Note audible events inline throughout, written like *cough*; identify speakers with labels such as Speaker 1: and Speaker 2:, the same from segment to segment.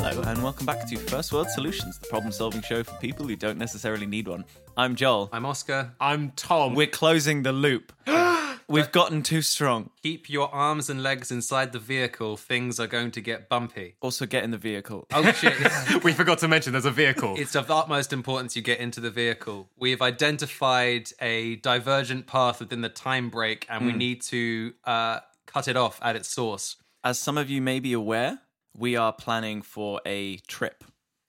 Speaker 1: welcome back to First World Solutions, the problem solving show for people who don't necessarily need one. I'm Joel.
Speaker 2: I'm Oscar.
Speaker 3: I'm Tom.
Speaker 1: We're closing the loop. *gasps* We've gotten too strong.
Speaker 2: Keep your arms and legs inside the vehicle. Things are going to get bumpy.
Speaker 1: Also, get in the vehicle.
Speaker 2: Oh shit!
Speaker 3: *laughs*
Speaker 2: It's,
Speaker 3: we forgot to mention there's a vehicle.
Speaker 2: it's of utmost importance you get into the vehicle. We have identified a divergent path within the time break, and we need to uh, cut it off at its source.
Speaker 1: As some of you may be aware, we are planning for a trip.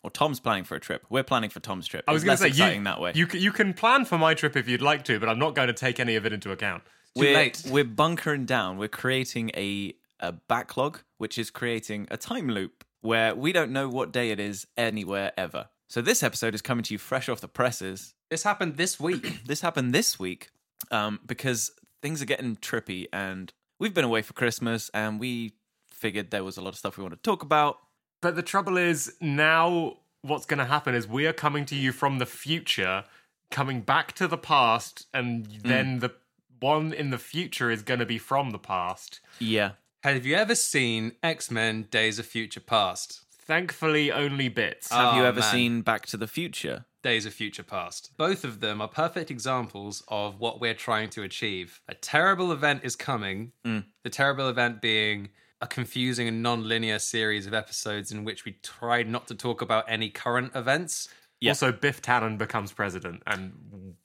Speaker 1: Or Tom's planning for a trip. We're planning for Tom's trip.
Speaker 3: I was
Speaker 1: It's
Speaker 3: going
Speaker 1: less
Speaker 3: to say
Speaker 1: exciting
Speaker 3: you,
Speaker 1: that way.
Speaker 3: You c- you can plan for my trip if you'd like to, but I'm not going to take any of it into account.
Speaker 1: we're,
Speaker 2: late.
Speaker 1: we're bunkering down. We're creating a, a backlog, which is creating a time loop where we don't know what day it is anywhere ever. So this episode is coming to you fresh off the presses.
Speaker 2: This happened this week. *clears throat*
Speaker 1: This happened this week um, because things are getting trippy, and we've been away for Christmas, and we figured there was a lot of stuff we want to talk about.
Speaker 3: But the trouble is now what's going to happen is we are coming to you from the future, coming back to the past, and
Speaker 1: Mm.
Speaker 3: then the one in the future is going to be from the past.
Speaker 1: Yeah,
Speaker 2: Have you ever seen X Men: Days of Future Past?
Speaker 3: Thankfully, only bits.
Speaker 1: Have you
Speaker 2: Oh,
Speaker 1: ever
Speaker 2: man.
Speaker 1: seen Back to the Future?
Speaker 2: Days of Future Past. Both of them are perfect examples of what we're trying to achieve. A terrible event is coming,
Speaker 1: Mm.
Speaker 2: the terrible event being a confusing and non linear series of episodes in which we try not to talk about any current events.
Speaker 1: yeah. Mm.
Speaker 3: Also, Biff Tannen becomes president, and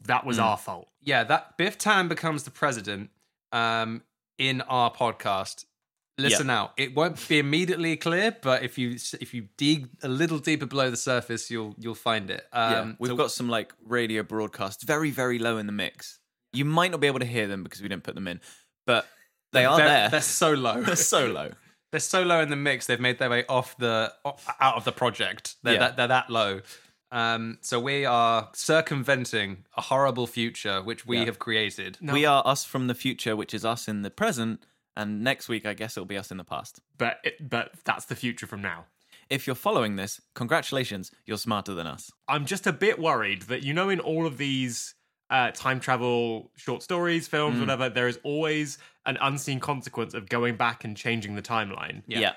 Speaker 3: that was our fault.
Speaker 2: Yeah, that Biff Tan becomes the president um, in our podcast. Listen out. It won't be immediately clear, but if you if you dig a little deeper below the surface, you'll you'll find it. Um,
Speaker 1: yeah, we've
Speaker 2: so-
Speaker 1: got some like radio broadcasts very, very low in the mix. You might not be able to hear them because we didn't put them in, but they are
Speaker 2: they're,
Speaker 1: there.
Speaker 2: They're so
Speaker 1: *laughs*
Speaker 2: low.
Speaker 1: They're so low.
Speaker 2: they're so low in the mix they've made their way off the off- out of the project they're,
Speaker 1: Yeah.
Speaker 2: that, they're that low um, so we are circumventing a horrible future which we have created
Speaker 1: We are us from the future, which is us in the present, and next week I guess it'll be us in the past.
Speaker 3: But it, but that's the future from now.
Speaker 1: If you're following this, congratulations, you're smarter than us.
Speaker 3: I'm just a bit worried that you know in all of these uh, time travel short stories, films,
Speaker 2: Mm.
Speaker 3: whatever, there is always an unseen consequence of going back and changing the timeline.
Speaker 2: Yeah.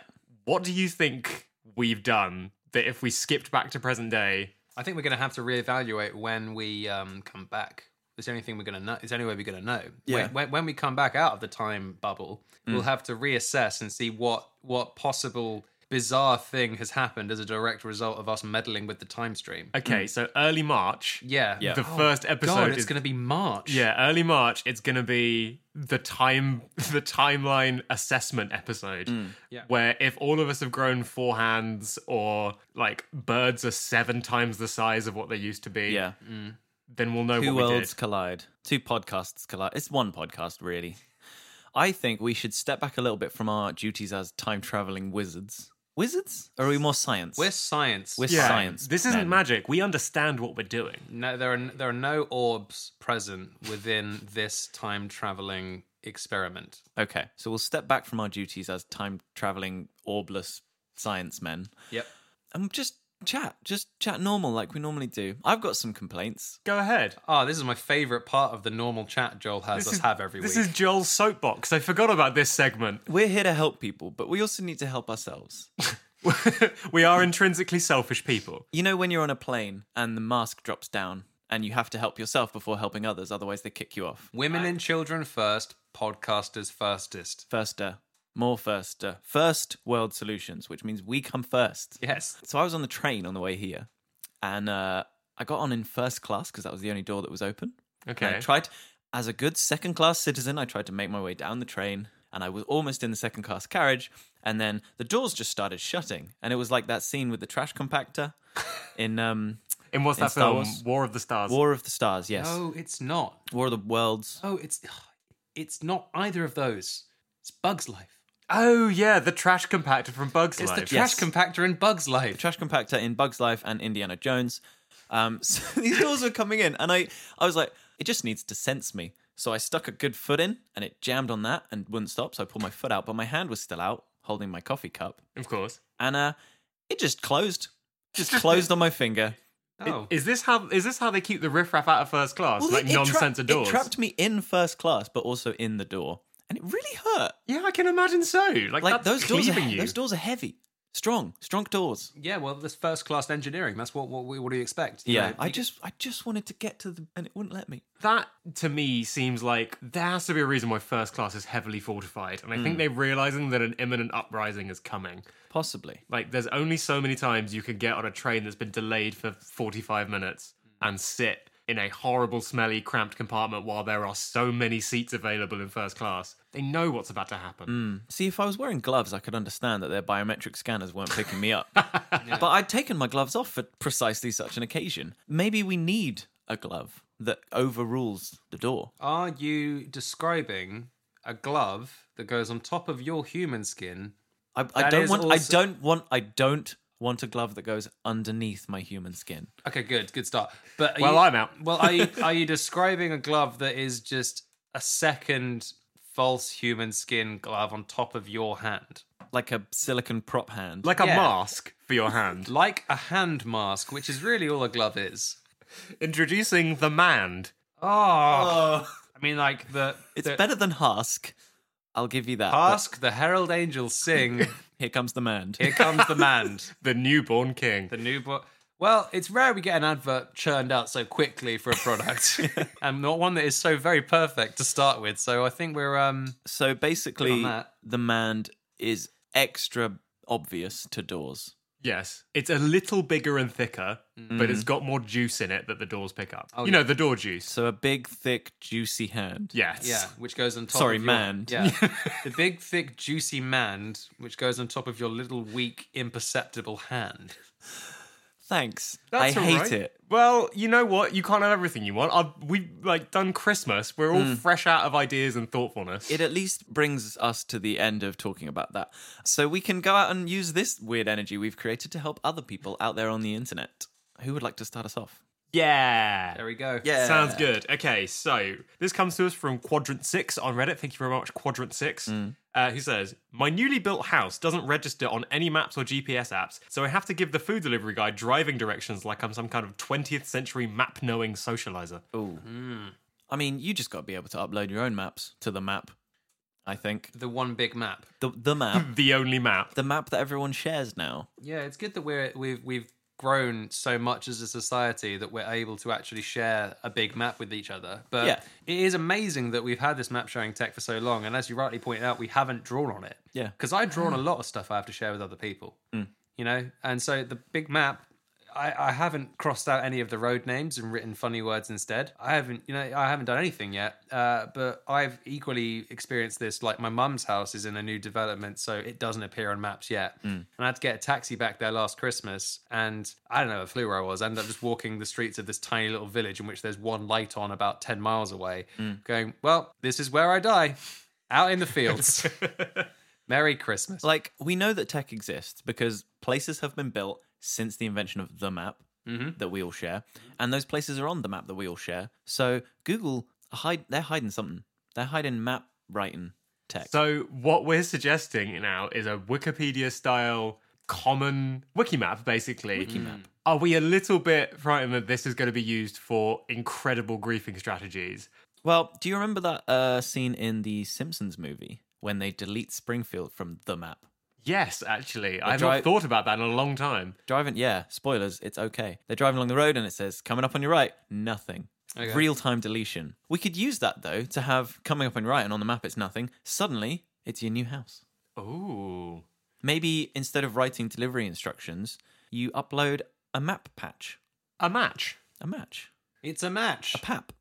Speaker 3: What do you think we've done that if we skipped back to present day?
Speaker 2: i think we're going to have to reevaluate when we um, come back it's the only thing we're going to know it's the only way we're going to know
Speaker 1: Yeah. Mm.
Speaker 2: when, when, when we come back out of the time bubble we'll have to reassess and see what what possible bizarre thing has happened as a direct result of us meddling with the time stream
Speaker 3: Okay, so early March.
Speaker 2: Mm. yeah Oh,
Speaker 1: Yeah.
Speaker 3: The first episode
Speaker 2: god it's
Speaker 3: is
Speaker 2: going to be march
Speaker 3: yeah, early March. It's gonna be the time, *laughs* the timeline assessment episode,
Speaker 1: Mm.
Speaker 2: Yeah.
Speaker 3: where if all of us have grown four hands, or like birds are seven times the size of what they used to be,
Speaker 1: Yeah.
Speaker 3: then we'll know
Speaker 1: Two
Speaker 3: what we
Speaker 1: worlds
Speaker 3: did.
Speaker 1: collide. Two podcasts collide. It's one podcast, really. I think we should step back a little bit from our duties as time traveling wizards. Wizards? Or are we more science?
Speaker 2: we're science
Speaker 1: We're
Speaker 3: Yeah.
Speaker 1: science.
Speaker 3: This isn't
Speaker 1: men.
Speaker 3: magic. We understand what we're doing.
Speaker 2: No, there are there are no orbs present within this time traveling experiment.
Speaker 1: Okay, so we'll step back from our duties as time traveling orbless science men
Speaker 2: Yep.
Speaker 1: and just chat, just chat normal like we normally do. I've got some complaints.
Speaker 3: Go ahead.
Speaker 2: Oh, this is my favorite part of the normal chat Joel has us
Speaker 3: is-
Speaker 2: have every
Speaker 3: This
Speaker 2: week.
Speaker 3: is Joel's soapbox. I forgot about this segment.
Speaker 1: We're here to help people, but we also need to help ourselves.
Speaker 3: we are intrinsically selfish people.
Speaker 1: You know, when you're on a plane and the mask drops down and you have to help yourself before helping others, otherwise they kick you off.
Speaker 2: Women and children first, podcasters firstest.
Speaker 1: First, uh, more first, uh, first world solutions, which means we come first.
Speaker 2: Yes.
Speaker 1: So I was on the train on the way here, and uh, I got on in first class because that was the only door that was open.
Speaker 3: Okay.
Speaker 1: And I tried, as a good second class citizen, I tried to make my way down the train, and I was almost in the second class carriage, and then the doors just started shutting, and it was like that scene with the trash compactor in um,
Speaker 3: and what's
Speaker 1: In
Speaker 3: that
Speaker 1: Star
Speaker 3: film?
Speaker 1: Wars.
Speaker 3: War of the Stars.
Speaker 1: War of the Stars. Yes,
Speaker 2: No, it's not.
Speaker 1: War of the Worlds.
Speaker 2: Oh, it's *sighs* it's not either of those. It's Bugs Life.
Speaker 3: oh yeah, the trash compactor from Bugs
Speaker 2: It's the
Speaker 3: Life.
Speaker 2: trash
Speaker 1: Yes.
Speaker 2: compactor in Bugs Life.
Speaker 1: trash compactor in Bugs Life and Indiana Jones. Um, *laughs* so these doors were coming in, and I, I was like, it just needs to sense me. So I stuck a good foot in, and it jammed on that and wouldn't stop. So I pulled my foot out, but my hand was still out, holding my coffee cup,
Speaker 3: of course.
Speaker 1: and uh, it just closed,
Speaker 3: *laughs*
Speaker 1: just closed on my finger.
Speaker 2: Oh,
Speaker 3: Is this how is this how they keep the riffraff out of first class?
Speaker 1: Well,
Speaker 3: like
Speaker 1: it- it
Speaker 3: nonsense
Speaker 1: tra-
Speaker 3: doors.
Speaker 1: It trapped me in first class, but also in the door, and it really hurt.
Speaker 3: yeah, I can imagine so. Like,
Speaker 1: Like
Speaker 3: that's
Speaker 1: those doors, are,
Speaker 3: cleaving
Speaker 1: he-
Speaker 3: you.
Speaker 1: those doors are heavy. Strong, strong doors.
Speaker 2: Yeah, well, this first class engineering. That's what what, we- what do you expect? you
Speaker 1: Yeah,
Speaker 2: know?
Speaker 1: I just, I just wanted to get to the, and it wouldn't let me.
Speaker 3: That to me seems like there has to be a reason why first class is heavily fortified, and I
Speaker 1: Hmm.
Speaker 3: think they're realizing that an imminent uprising is coming.
Speaker 1: Possibly.
Speaker 3: Like, there's only so many times you can get on a train that's been delayed for 45 minutes and sit in a horrible, smelly, cramped compartment while there are so many seats available in first class. They know what's about to happen.
Speaker 1: See, if I was wearing gloves, I could understand that their biometric scanners weren't picking me
Speaker 2: *laughs*
Speaker 1: up. But I'd taken my gloves off for precisely such an occasion. Maybe we need a glove that overrules the door.
Speaker 2: Are you describing a glove that goes on top of your human skin?
Speaker 1: I, I
Speaker 2: That
Speaker 1: don't
Speaker 2: is
Speaker 1: want. I
Speaker 2: also-
Speaker 1: don't want. I don't want a glove that goes underneath my human skin.
Speaker 2: Okay, good, good start. But are
Speaker 3: Well,
Speaker 2: you-
Speaker 3: I'm out.
Speaker 2: *laughs* Well, are you, are you describing a glove that is just a second false human skin glove on top of your hand,
Speaker 1: like a silicon prop hand.
Speaker 3: Like a
Speaker 2: Yeah.
Speaker 3: mask for
Speaker 1: *laughs*
Speaker 3: your hand.
Speaker 2: like a hand mask, which is really all a glove is?
Speaker 3: Introducing the man.
Speaker 2: Oh, I mean, like the
Speaker 1: Ah. it's
Speaker 2: the
Speaker 1: better than Hask. I'll give you that. but
Speaker 2: Ask the herald angels sing.
Speaker 1: Here comes the man.
Speaker 2: Here comes the man.
Speaker 3: the newborn king.
Speaker 2: The new book. Well, it's rare we get an advert churned out so quickly for a product, and not one that is so very perfect to start with. So I think we're um
Speaker 1: So
Speaker 2: on
Speaker 1: basically,
Speaker 2: that.
Speaker 1: the man is extra obvious to doors.
Speaker 3: Yes, it's a little bigger and thicker, but it's got more juice in it that the doors pick up. you know, the door juice.
Speaker 1: So a big, thick, juicy hand.
Speaker 3: Yes.
Speaker 2: yeah, which goes on top.
Speaker 1: Sorry,
Speaker 2: of your-
Speaker 1: mand. *laughs*
Speaker 2: Yeah, the big, thick, juicy man, which goes on top of your little, weak, imperceptible hand.
Speaker 1: Thanks.
Speaker 3: That's
Speaker 1: I
Speaker 3: all
Speaker 1: hate
Speaker 3: right.
Speaker 1: it.
Speaker 3: Well, you know what? You can't have everything you want. I've, we've like done Christmas. We're all fresh out of ideas and thoughtfulness.
Speaker 1: It at least brings us to the end of talking about that. So we can go out and use this weird energy we've created to help other people out there on the internet. Who would like to start us off?
Speaker 3: yeah.
Speaker 2: There we go.
Speaker 1: Yeah.
Speaker 3: Sounds good. Okay, so this comes to us from Quadrant 6 on Reddit. Thank you very much, Quadrant 6. Uh, who says, My newly built house doesn't register on any maps or GPS apps, so I have to give the food delivery guy driving directions like I'm some kind of 20th century map knowing socializer.
Speaker 1: Ooh. I mean, you just got to be able to upload your own maps to the map. I think
Speaker 2: The one big map.
Speaker 1: the the
Speaker 3: *clears throat*
Speaker 1: map.
Speaker 3: The only map.
Speaker 1: the map that everyone shares now.
Speaker 2: Yeah, it's good that we're we've we've grown so much as a society that we're able to actually share a big map with each other. But
Speaker 1: Yeah.
Speaker 2: it is amazing that we've had this map sharing tech for so long, and as you rightly point out, we haven't drawn on it.
Speaker 1: Yeah.
Speaker 2: because I've drawn a lot of stuff I have to share with other people. You know, and so the big map. I, I haven't crossed out any of the road names and written funny words instead. I haven't, you know, I haven't done anything yet. Uh, but I've equally experienced this. Like my mum's house is in a new development, so it doesn't appear on maps yet. And I had to get a taxi back there last Christmas, and I don't know, I flew where I was. I ended up just walking the streets of this tiny little village in which there's one light on about ten miles away. Going, well, this is where I die, out in the fields. Merry Christmas.
Speaker 1: Like we know that tech exists because places have been built since the invention of the map that we all share, and those places are on the map that we all share. So Google are hide they're hiding something. They're hiding map writing tech.
Speaker 3: So what we're suggesting now is a Wikipedia style common wikimap, basically. Wikimap. Are we a little bit frightened that this is going to be used for incredible griefing strategies?
Speaker 1: well, do you remember that uh, scene in the Simpsons movie when they delete Springfield from the map?
Speaker 3: Yes, actually. I've
Speaker 1: dry-
Speaker 3: not thought about that in a long time.
Speaker 1: Driving, yeah, spoilers, it's okay. They're driving along the road and it says, coming up on your right, nothing.
Speaker 2: Okay.
Speaker 1: Real time deletion. We could use that though to have coming up on your right and on the map it's nothing. Suddenly, it's your new house.
Speaker 3: Ooh.
Speaker 1: Maybe instead of writing delivery instructions, you upload a map patch,
Speaker 3: A match.
Speaker 1: a match,
Speaker 2: It's a match.
Speaker 1: a pap.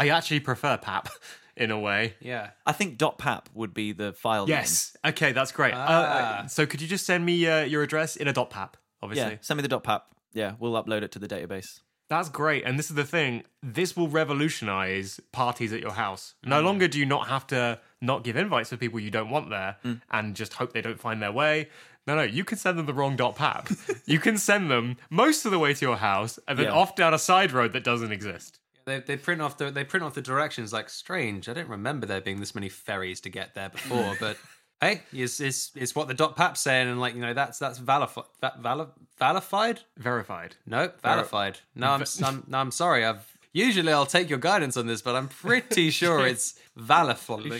Speaker 3: I actually prefer PAP *laughs* in a way.
Speaker 2: Yeah.
Speaker 1: I think dot .pap would be the file
Speaker 3: Yes. Okay, that's great. Uh,
Speaker 2: Ah.
Speaker 3: Uh, so could you just send me uh, your address in a dot .pap,
Speaker 1: name.
Speaker 3: obviously?
Speaker 1: Yeah, send me the dot .pap. Yeah, we'll upload it to the database.
Speaker 3: That's great. And this is the thing this will revolutionize parties at your house. No longer do you not have to not give invites to people you don't want there and just hope they don't find their way. No, no, you can send them the wrong dot pap. you can send them most of the way to your house and then
Speaker 1: Yeah.
Speaker 3: off down a side road that doesn't exist.
Speaker 2: They, they print off the they print off the directions like strange. I don't remember there being this many ferries to get there before, but hey, it's, it's it's what the dot pap's saying, and like you know that's that's valifi- va- vali- valified.
Speaker 3: Verified.
Speaker 2: No, valified. No, I'm, I'm no, I'm sorry. I've usually I'll take your guidance on this, but I'm pretty sure it's valified.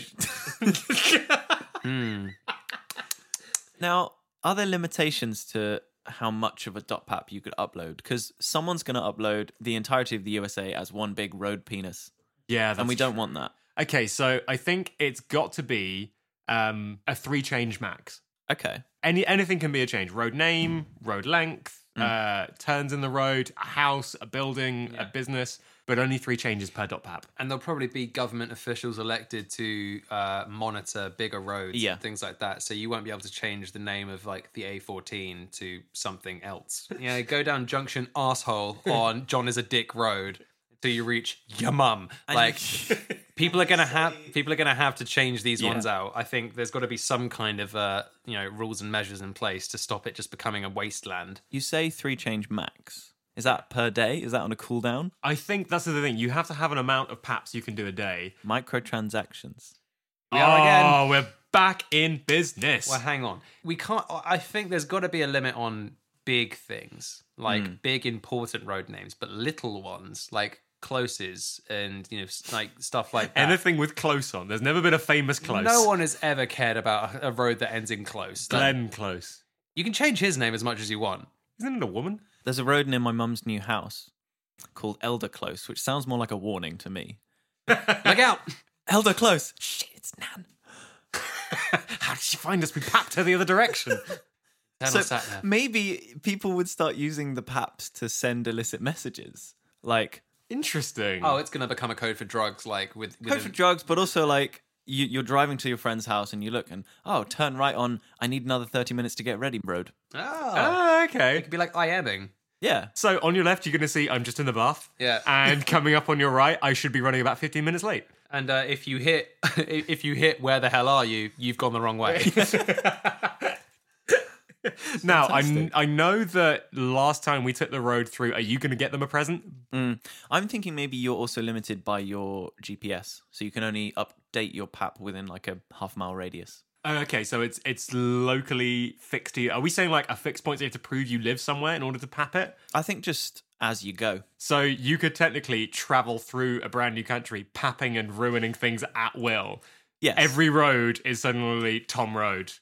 Speaker 1: Now, are there limitations to how much of a dot pap you could upload? Because someone's going to upload the entirety of the USA as one big road penis,
Speaker 3: Yeah, that's
Speaker 1: and we don't want that.
Speaker 3: Okay, so I think it's got to be um, a three change max.
Speaker 1: Okay.
Speaker 3: Any anything can be a change. Road name, road length,
Speaker 2: Hmm.
Speaker 3: uh, turns in the road, a house, a building, a business, but only three changes per dot pap.
Speaker 2: and there'll probably be government officials elected to uh, monitor bigger roads
Speaker 1: Yeah.
Speaker 2: and things like that. So you won't be able to change the name of like the A14 to something else. Yeah, go down Junction Asshole on John is a Dick Road till you reach your mum. Like *laughs* people are gonna have people are gonna have to change these ones out. I think there's got to be some kind of uh, you know rules and measures in place to stop it just becoming a wasteland.
Speaker 1: You say three change max. Is that per day? Is that on a cooldown?
Speaker 3: I think that's the thing. You have to have an amount of paps you can do a day.
Speaker 1: Microtransactions.
Speaker 2: We are again.
Speaker 3: Oh, we're back in business.
Speaker 2: Well, hang on. We can't. I I think there's got to be a limit on big things, like
Speaker 3: Hmm.
Speaker 2: big important road names, but little ones like closes and you know s- like stuff like that.
Speaker 3: *laughs* Anything with close on. There's never been a famous close.
Speaker 2: No one has ever cared about a- a road that ends in close. Like,
Speaker 3: Glenn Close.
Speaker 2: you can change his name as much as you want.
Speaker 3: Isn't it a woman?
Speaker 1: There's a road near my mum's new house called Elder Close, which sounds more like a warning to me.
Speaker 2: Look out!
Speaker 1: Elder Close. Shit, it's Nan.
Speaker 3: *laughs* How did she find us? We papped her the other direction.
Speaker 2: *laughs* Turn
Speaker 1: So
Speaker 2: on sat nav.
Speaker 1: maybe people would start using the PAPs to send illicit messages, like
Speaker 3: Interesting.
Speaker 2: Oh, it's gonna become a code for drugs, like with, with
Speaker 1: code for drugs, but also like you, you're driving to your friend's house and you look and oh, turn right on. I need another thirty minutes to get ready, road.
Speaker 2: Ah,
Speaker 3: Ah, okay.
Speaker 2: it'd be like I amming.
Speaker 1: Yeah,
Speaker 3: So on your left, you're going to see I'm just in the bath.
Speaker 2: Yeah.
Speaker 3: And coming up on your right, I should be running about 15 minutes late.
Speaker 2: And uh, if you hit, *laughs* if you hit, where the hell are you? You've gone the wrong
Speaker 3: *laughs*
Speaker 2: way.
Speaker 3: Now, I, kn- I know that last time we took the road through, are you going to get them a present?
Speaker 1: I'm thinking maybe you're also limited by your GPS, so you can only update your PAP within like a half mile radius.
Speaker 3: Oh, okay, so it's it's locally fixed to you. Are we saying like a fixed point so you have to prove you live somewhere in order to pap it?
Speaker 1: I think just as you go.
Speaker 3: So you could technically travel through a brand new country, papping and ruining things at will.
Speaker 1: Yes.
Speaker 3: Every road is suddenly Tom Road,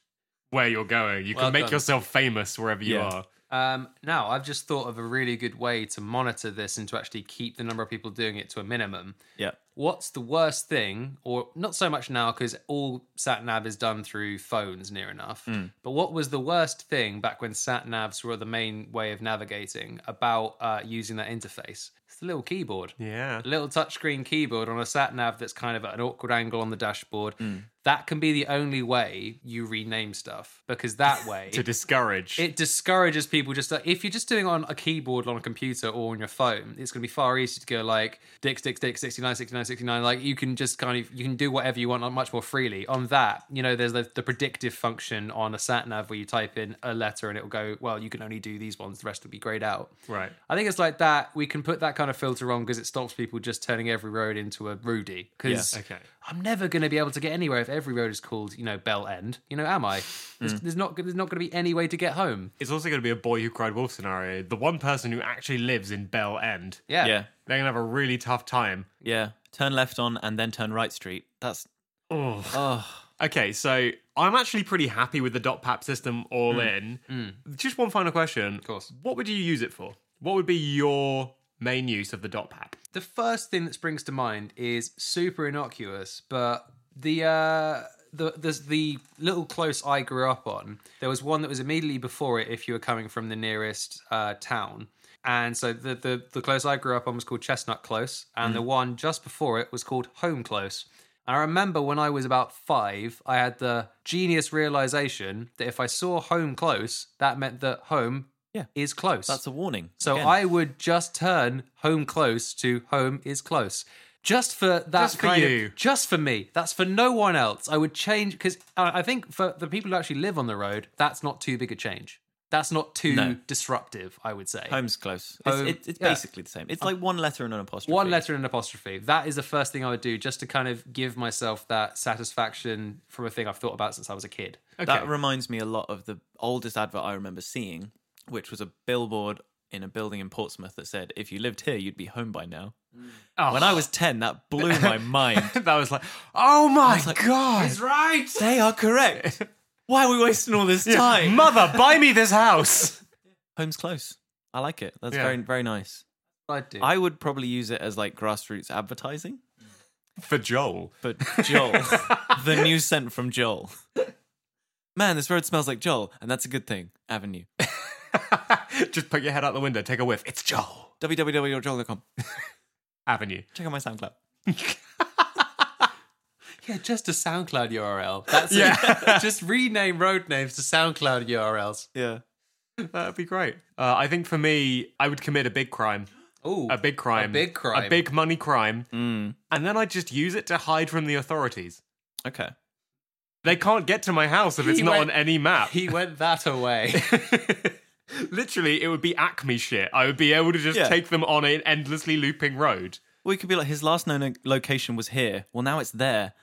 Speaker 3: where you're going. You can
Speaker 2: Well
Speaker 3: make
Speaker 2: done.
Speaker 3: yourself famous wherever you
Speaker 1: Yeah.
Speaker 3: are.
Speaker 2: Um, now, I've just thought of a really good way to monitor this and to actually keep the number of people doing it to a minimum.
Speaker 1: yeah.
Speaker 2: What's the worst thing, or not so much now because all sat nav is done through phones near enough,
Speaker 3: Hmm.
Speaker 2: but what was the worst thing back when sat navs were the main way of navigating about uh, using that interface? It's the little keyboard.
Speaker 3: Yeah.
Speaker 2: A little touchscreen keyboard on a sat nav that's kind of at an awkward angle on the dashboard.
Speaker 3: Hmm.
Speaker 2: That can be the only way you rename stuff because that way
Speaker 3: *laughs* To discourage.
Speaker 2: it discourages people just like, if you're just doing it on a keyboard on a computer or on your phone it's going to be far easier to go like dick dick dick 69 69 69 like you can just kind of you can do whatever you want like, much more freely on that you know there's the, the predictive function on a sat nav where you type in a letter and it'll go well you can only do these ones the rest will be grayed out
Speaker 3: right.
Speaker 2: I think it's like that. We can put that kind of filter on because it stops people just turning every road into a Rudy. Because
Speaker 3: Yeah, okay.
Speaker 2: I'm never going to be able to get anywhere if every road is called, you know, Bell End. You know, am I? There's, there's not. There's not going to be any way to get home.
Speaker 3: It's also going to be a boy who cried wolf scenario. The one person who actually lives in Bell End,
Speaker 2: Yeah.
Speaker 1: Yeah.
Speaker 3: they're going to have a really tough time.
Speaker 1: Yeah. Turn left on and then turn right street. That's
Speaker 3: Okay, so I'm actually pretty happy with the dot pap system all in. Just one final question. Mm. Of
Speaker 2: course.
Speaker 3: What would you use it for? What would be your main use of the dot pap?
Speaker 2: The first thing that springs to mind is super innocuous, but the uh, the the, the little close I grew up on. There was one that was immediately before it if you were coming from the nearest uh, town. And so the, the the close I grew up on was called Chestnut Close, and
Speaker 1: Mm.
Speaker 2: the one just before it was called Home Close. I remember when I was about five, I had the genius realization that if I saw home close, that meant that home
Speaker 1: Yeah.
Speaker 2: is close.
Speaker 1: that's a warning.
Speaker 2: So
Speaker 1: Again,
Speaker 2: I would just turn home close to home is close. Just for that
Speaker 3: Just for
Speaker 2: kind of-
Speaker 3: you.
Speaker 2: just for me. That's for no one else. I would change because I I think for the people who actually live on the road, that's not too big a change. That's not too
Speaker 1: No.
Speaker 2: disruptive. I would say.
Speaker 1: home's close.
Speaker 2: Home-
Speaker 1: it's it's, it's
Speaker 2: Oh, yeah. Um,
Speaker 1: basically the same. It's like one letter and an apostrophe.
Speaker 2: One letter and an apostrophe. That is the first thing I would do, just to kind of give myself that satisfaction from a thing I've thought about since I was a kid.
Speaker 1: That reminds me a lot of the oldest advert I remember seeing, which was a billboard in a building in Portsmouth that said, "If you lived here, you'd be home by now."
Speaker 3: Oh. *laughs*
Speaker 1: When I
Speaker 2: *gasps*
Speaker 1: was ten, that blew my mind.
Speaker 2: *laughs*
Speaker 3: that was like, oh my
Speaker 1: like,
Speaker 3: god!
Speaker 2: right. *laughs*
Speaker 1: they are correct. Why are we wasting all this time?
Speaker 3: *laughs* Mother, buy me this house. *laughs*
Speaker 1: Home's close. I like it. That's
Speaker 3: Yeah.
Speaker 1: very very nice.
Speaker 2: I do.
Speaker 1: I would probably use it as like grassroots advertising.
Speaker 3: For Joel. *laughs*
Speaker 1: But Joel, the news sent from Joel. Man, this road smells like Joel, and that's a good thing. Avenue.
Speaker 3: Just put your head out the window, take a whiff. It's Joel.
Speaker 1: www.joel.com.
Speaker 3: Avenue.
Speaker 1: Check out my SoundCloud.
Speaker 2: yeah, just a SoundCloud URL. *laughs* That's
Speaker 3: Yeah.
Speaker 2: it. just rename road names to SoundCloud URLs.
Speaker 1: Yeah.
Speaker 3: That'd be great. Uh, I think for me, I would commit a big crime.
Speaker 2: Oh,
Speaker 3: A big crime.
Speaker 2: A big crime.
Speaker 3: A big money crime.
Speaker 1: Mm,
Speaker 3: And then I'd just use it to hide from the authorities.
Speaker 1: okay.
Speaker 3: They can't get to my house if it's
Speaker 2: He
Speaker 3: not
Speaker 2: went-
Speaker 3: on any map.
Speaker 2: He went that away.
Speaker 3: Literally, it would be Acme shit. I would be able to just
Speaker 1: Yeah.
Speaker 3: take them on an endlessly looping road.
Speaker 1: Well, it could be like his last known uh, location was here. Well, now it's there.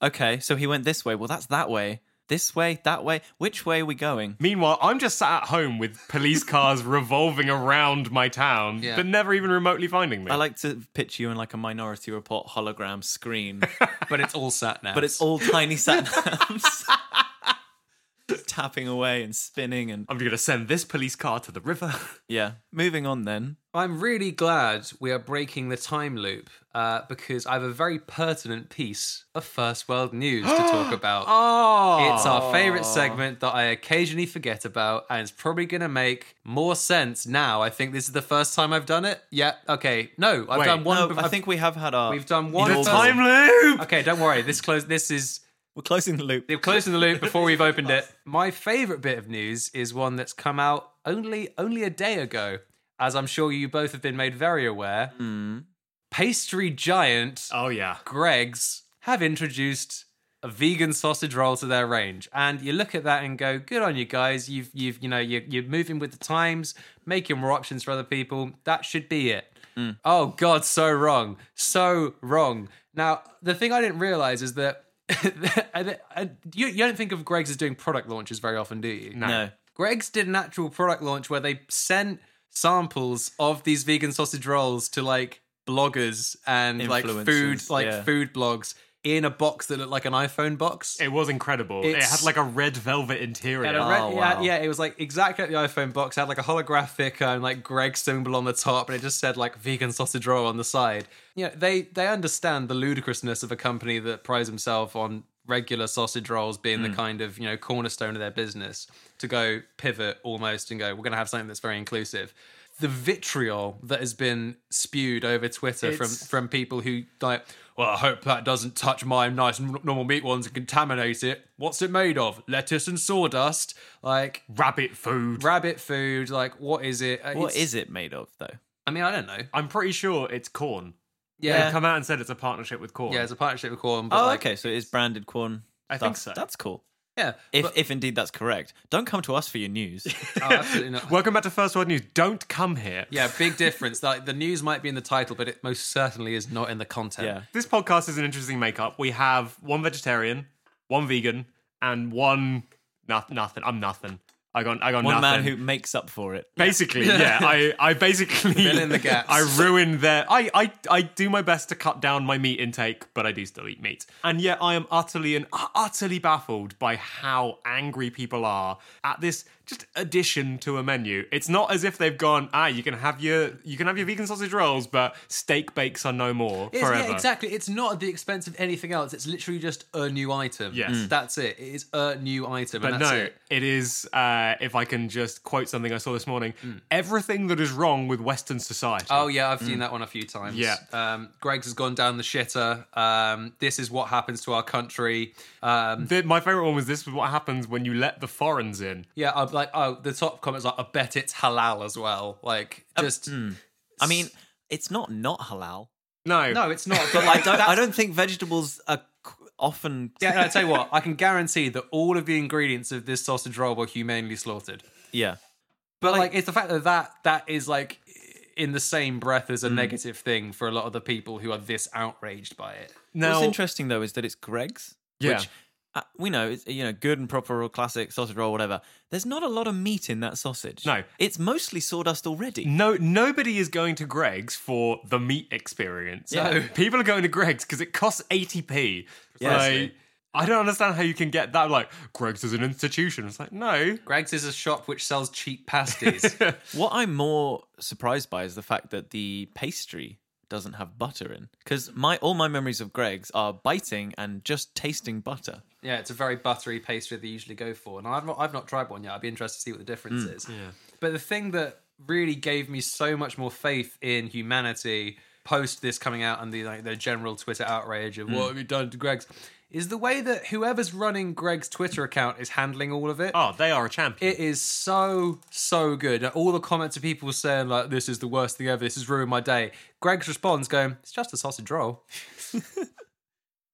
Speaker 1: okay, so he went this way. Well, that's that way. This way, that way. Which way are we going?
Speaker 3: Meanwhile, I'm just sat at home with police cars *laughs* revolving around my town,
Speaker 2: Yeah.
Speaker 3: but never even remotely finding me.
Speaker 1: I like to pitch you in like a Minority Report hologram screen,
Speaker 2: but it's all sat now.
Speaker 1: but it's all tiny satnams *laughs* tapping away and spinning and
Speaker 3: I'm going to send this police car to the river.
Speaker 1: yeah. Moving on then.
Speaker 2: I'm really glad we are breaking the time loop uh, because I have a very pertinent piece of first world news to talk about.
Speaker 3: Oh,
Speaker 2: It's our favorite segment that I occasionally forget about, and it's probably going to make more sense now. I think this is the first time I've done it. Yeah. Okay. No, I've
Speaker 3: Wait,
Speaker 2: done one.
Speaker 1: No,
Speaker 2: bef-
Speaker 1: I think we have had our.
Speaker 2: I've- we've done one.
Speaker 1: The
Speaker 2: first-
Speaker 3: time loop.
Speaker 2: Okay, don't worry. This close. This is
Speaker 1: We're closing the loop.
Speaker 2: we're closing the loop before we've opened it. *laughs* My favorite bit of news is one that's come out only only a day ago, as I'm sure you both have been made very aware. Pastry giant
Speaker 3: Oh yeah.
Speaker 2: Greg's have introduced a vegan sausage roll to their range, and you look at that and go, "Good on you guys! You've you've you know you're, you're moving with the times, making more options for other people. That should be it." Oh God, so wrong, so wrong. Now the thing I didn't realize is that. *laughs* I- I- you, you don't think of Greg's as doing product launches very often, do you?
Speaker 1: No.
Speaker 2: Greg's did an actual product launch where they sent samples of these vegan sausage rolls to like bloggers and like food
Speaker 1: Influencers,
Speaker 2: like
Speaker 1: yeah.
Speaker 2: food blogs in a box that looked like an iPhone box.
Speaker 3: It was incredible. It
Speaker 2: It's-
Speaker 3: had like a red velvet interior.
Speaker 2: And a red-
Speaker 1: Oh,
Speaker 2: yeah,
Speaker 1: wow.
Speaker 2: yeah, it was like exactly like the iPhone box. It had like a holographic um, like Greg symbol on the top, and it just said like vegan sausage roll on the side. You know, they they understand the ludicrousness of a company that prides himself on regular sausage rolls being
Speaker 1: Hmm.
Speaker 2: the kind of you know cornerstone of their business to go pivot almost and go we're going to have something that's very inclusive the vitriol that has been spewed over twitter from
Speaker 3: It's-
Speaker 2: from people who like well i hope that doesn't touch my nice n- normal meat ones and contaminate it what's it made of lettuce and sawdust like
Speaker 3: rabbit food.
Speaker 2: rabbit food like what is it Uh,
Speaker 1: What
Speaker 2: it's-
Speaker 1: is it made of though?
Speaker 2: i mean i don't know
Speaker 3: I'm pretty sure it's corn.
Speaker 2: yeah
Speaker 3: They've come out and said it's a partnership with corn.
Speaker 2: yeah it's a partnership with corn but
Speaker 1: Oh,
Speaker 2: like,
Speaker 1: okay. So it is branded corn.
Speaker 3: I
Speaker 1: stuff.
Speaker 3: think so.
Speaker 1: That's cool.
Speaker 2: yeah
Speaker 1: If
Speaker 2: but-
Speaker 1: if indeed that's correct, don't come to us for your news.
Speaker 2: oh, absolutely
Speaker 1: *laughs*
Speaker 2: not
Speaker 3: Welcome back to First World News. Don't come here.
Speaker 2: yeah big difference like the news might be in the title but it most certainly is not in the content
Speaker 1: yeah.
Speaker 3: This podcast is an interesting makeup. We have one vegetarian, one vegan, and one noth- nothing. I'm nothing. I got I got
Speaker 1: One
Speaker 3: nothing.
Speaker 1: man who makes up for it.
Speaker 2: *laughs*
Speaker 3: basically yeah. I I basically
Speaker 2: Fill in the gaps.
Speaker 3: I ruin their I I I do my best to cut down my meat intake, but I do still eat meat. And yet I am utterly and utterly baffled by how angry people are at this just addition to a menu. It's not as if they've gone, ah, you can have your you can have your vegan sausage rolls, but steak bakes are no more
Speaker 2: It's-
Speaker 3: forever.
Speaker 2: Yeah, exactly. It's not at the expense of anything else. It's literally just a new item.
Speaker 3: Yes. Mm.
Speaker 2: That's it. It is a new item.
Speaker 3: But
Speaker 2: and that's
Speaker 3: no,
Speaker 2: It.
Speaker 3: it is. Uh, if I can just quote something I saw this morning,
Speaker 2: Hmm.
Speaker 3: everything that is wrong with Western society.
Speaker 2: Oh yeah, I've
Speaker 1: Mm.
Speaker 2: seen that one a few times.
Speaker 3: Yeah.
Speaker 2: Um, Greg's has gone down the shitter. Um, this is what happens to our country. Um,
Speaker 3: The, my favorite one was this was what happens when you let the foreigns in.
Speaker 2: yeah, I'm like, oh, the top comments like, I bet it's halal as well. Like,
Speaker 1: Uh,
Speaker 2: just
Speaker 1: hmm. I mean, it's not not halal,
Speaker 3: No,
Speaker 2: no, it's not.
Speaker 1: but like, don't, *laughs* I don't think vegetables are qu- often.
Speaker 2: Yeah, I tell you what, I can guarantee that all of the ingredients of this sausage roll were humanely slaughtered.
Speaker 1: *laughs* Yeah.
Speaker 2: But like, it's the fact that that that is like in the same breath as a
Speaker 1: Hmm.
Speaker 2: negative thing for a lot of the people who are this outraged by it.
Speaker 3: Now,
Speaker 1: What's interesting though is that it's Greg's.
Speaker 3: Yeah.
Speaker 1: Which, uh, we know it's you know good and proper or classic sausage roll whatever. There's not a lot of meat in that sausage.
Speaker 3: No.
Speaker 1: it's mostly sawdust already.
Speaker 3: no, nobody is going to Greg's for the meat experience.
Speaker 1: No.
Speaker 3: *laughs* People are going to Greg's because it costs eighty p.
Speaker 1: Precisely.
Speaker 3: Like, I don't understand how you can get that. Like, Greg's is an institution. It's like, no.
Speaker 2: Greg's is a shop which sells cheap
Speaker 1: *laughs*
Speaker 2: pasties.
Speaker 1: What I'm more surprised by is the fact that the pastry doesn't have butter in. Because my all my memories of Greg's are biting and just tasting butter.
Speaker 2: yeah, it's a very buttery pastry they usually go for, and I've not I've not tried one yet. I'd be interested to see what the difference is. But the thing that really gave me so much more faith in humanity post this coming out and the like the general Twitter outrage of what have you done to Greg's is the way that whoever's running Greg's Twitter account is handling all of it.
Speaker 3: Oh, they are a champion.
Speaker 2: It is so so good. Like, All the comments of people saying like this is the worst thing ever. This has ruined my day. Greg's response going, "It's just a sausage roll." *laughs*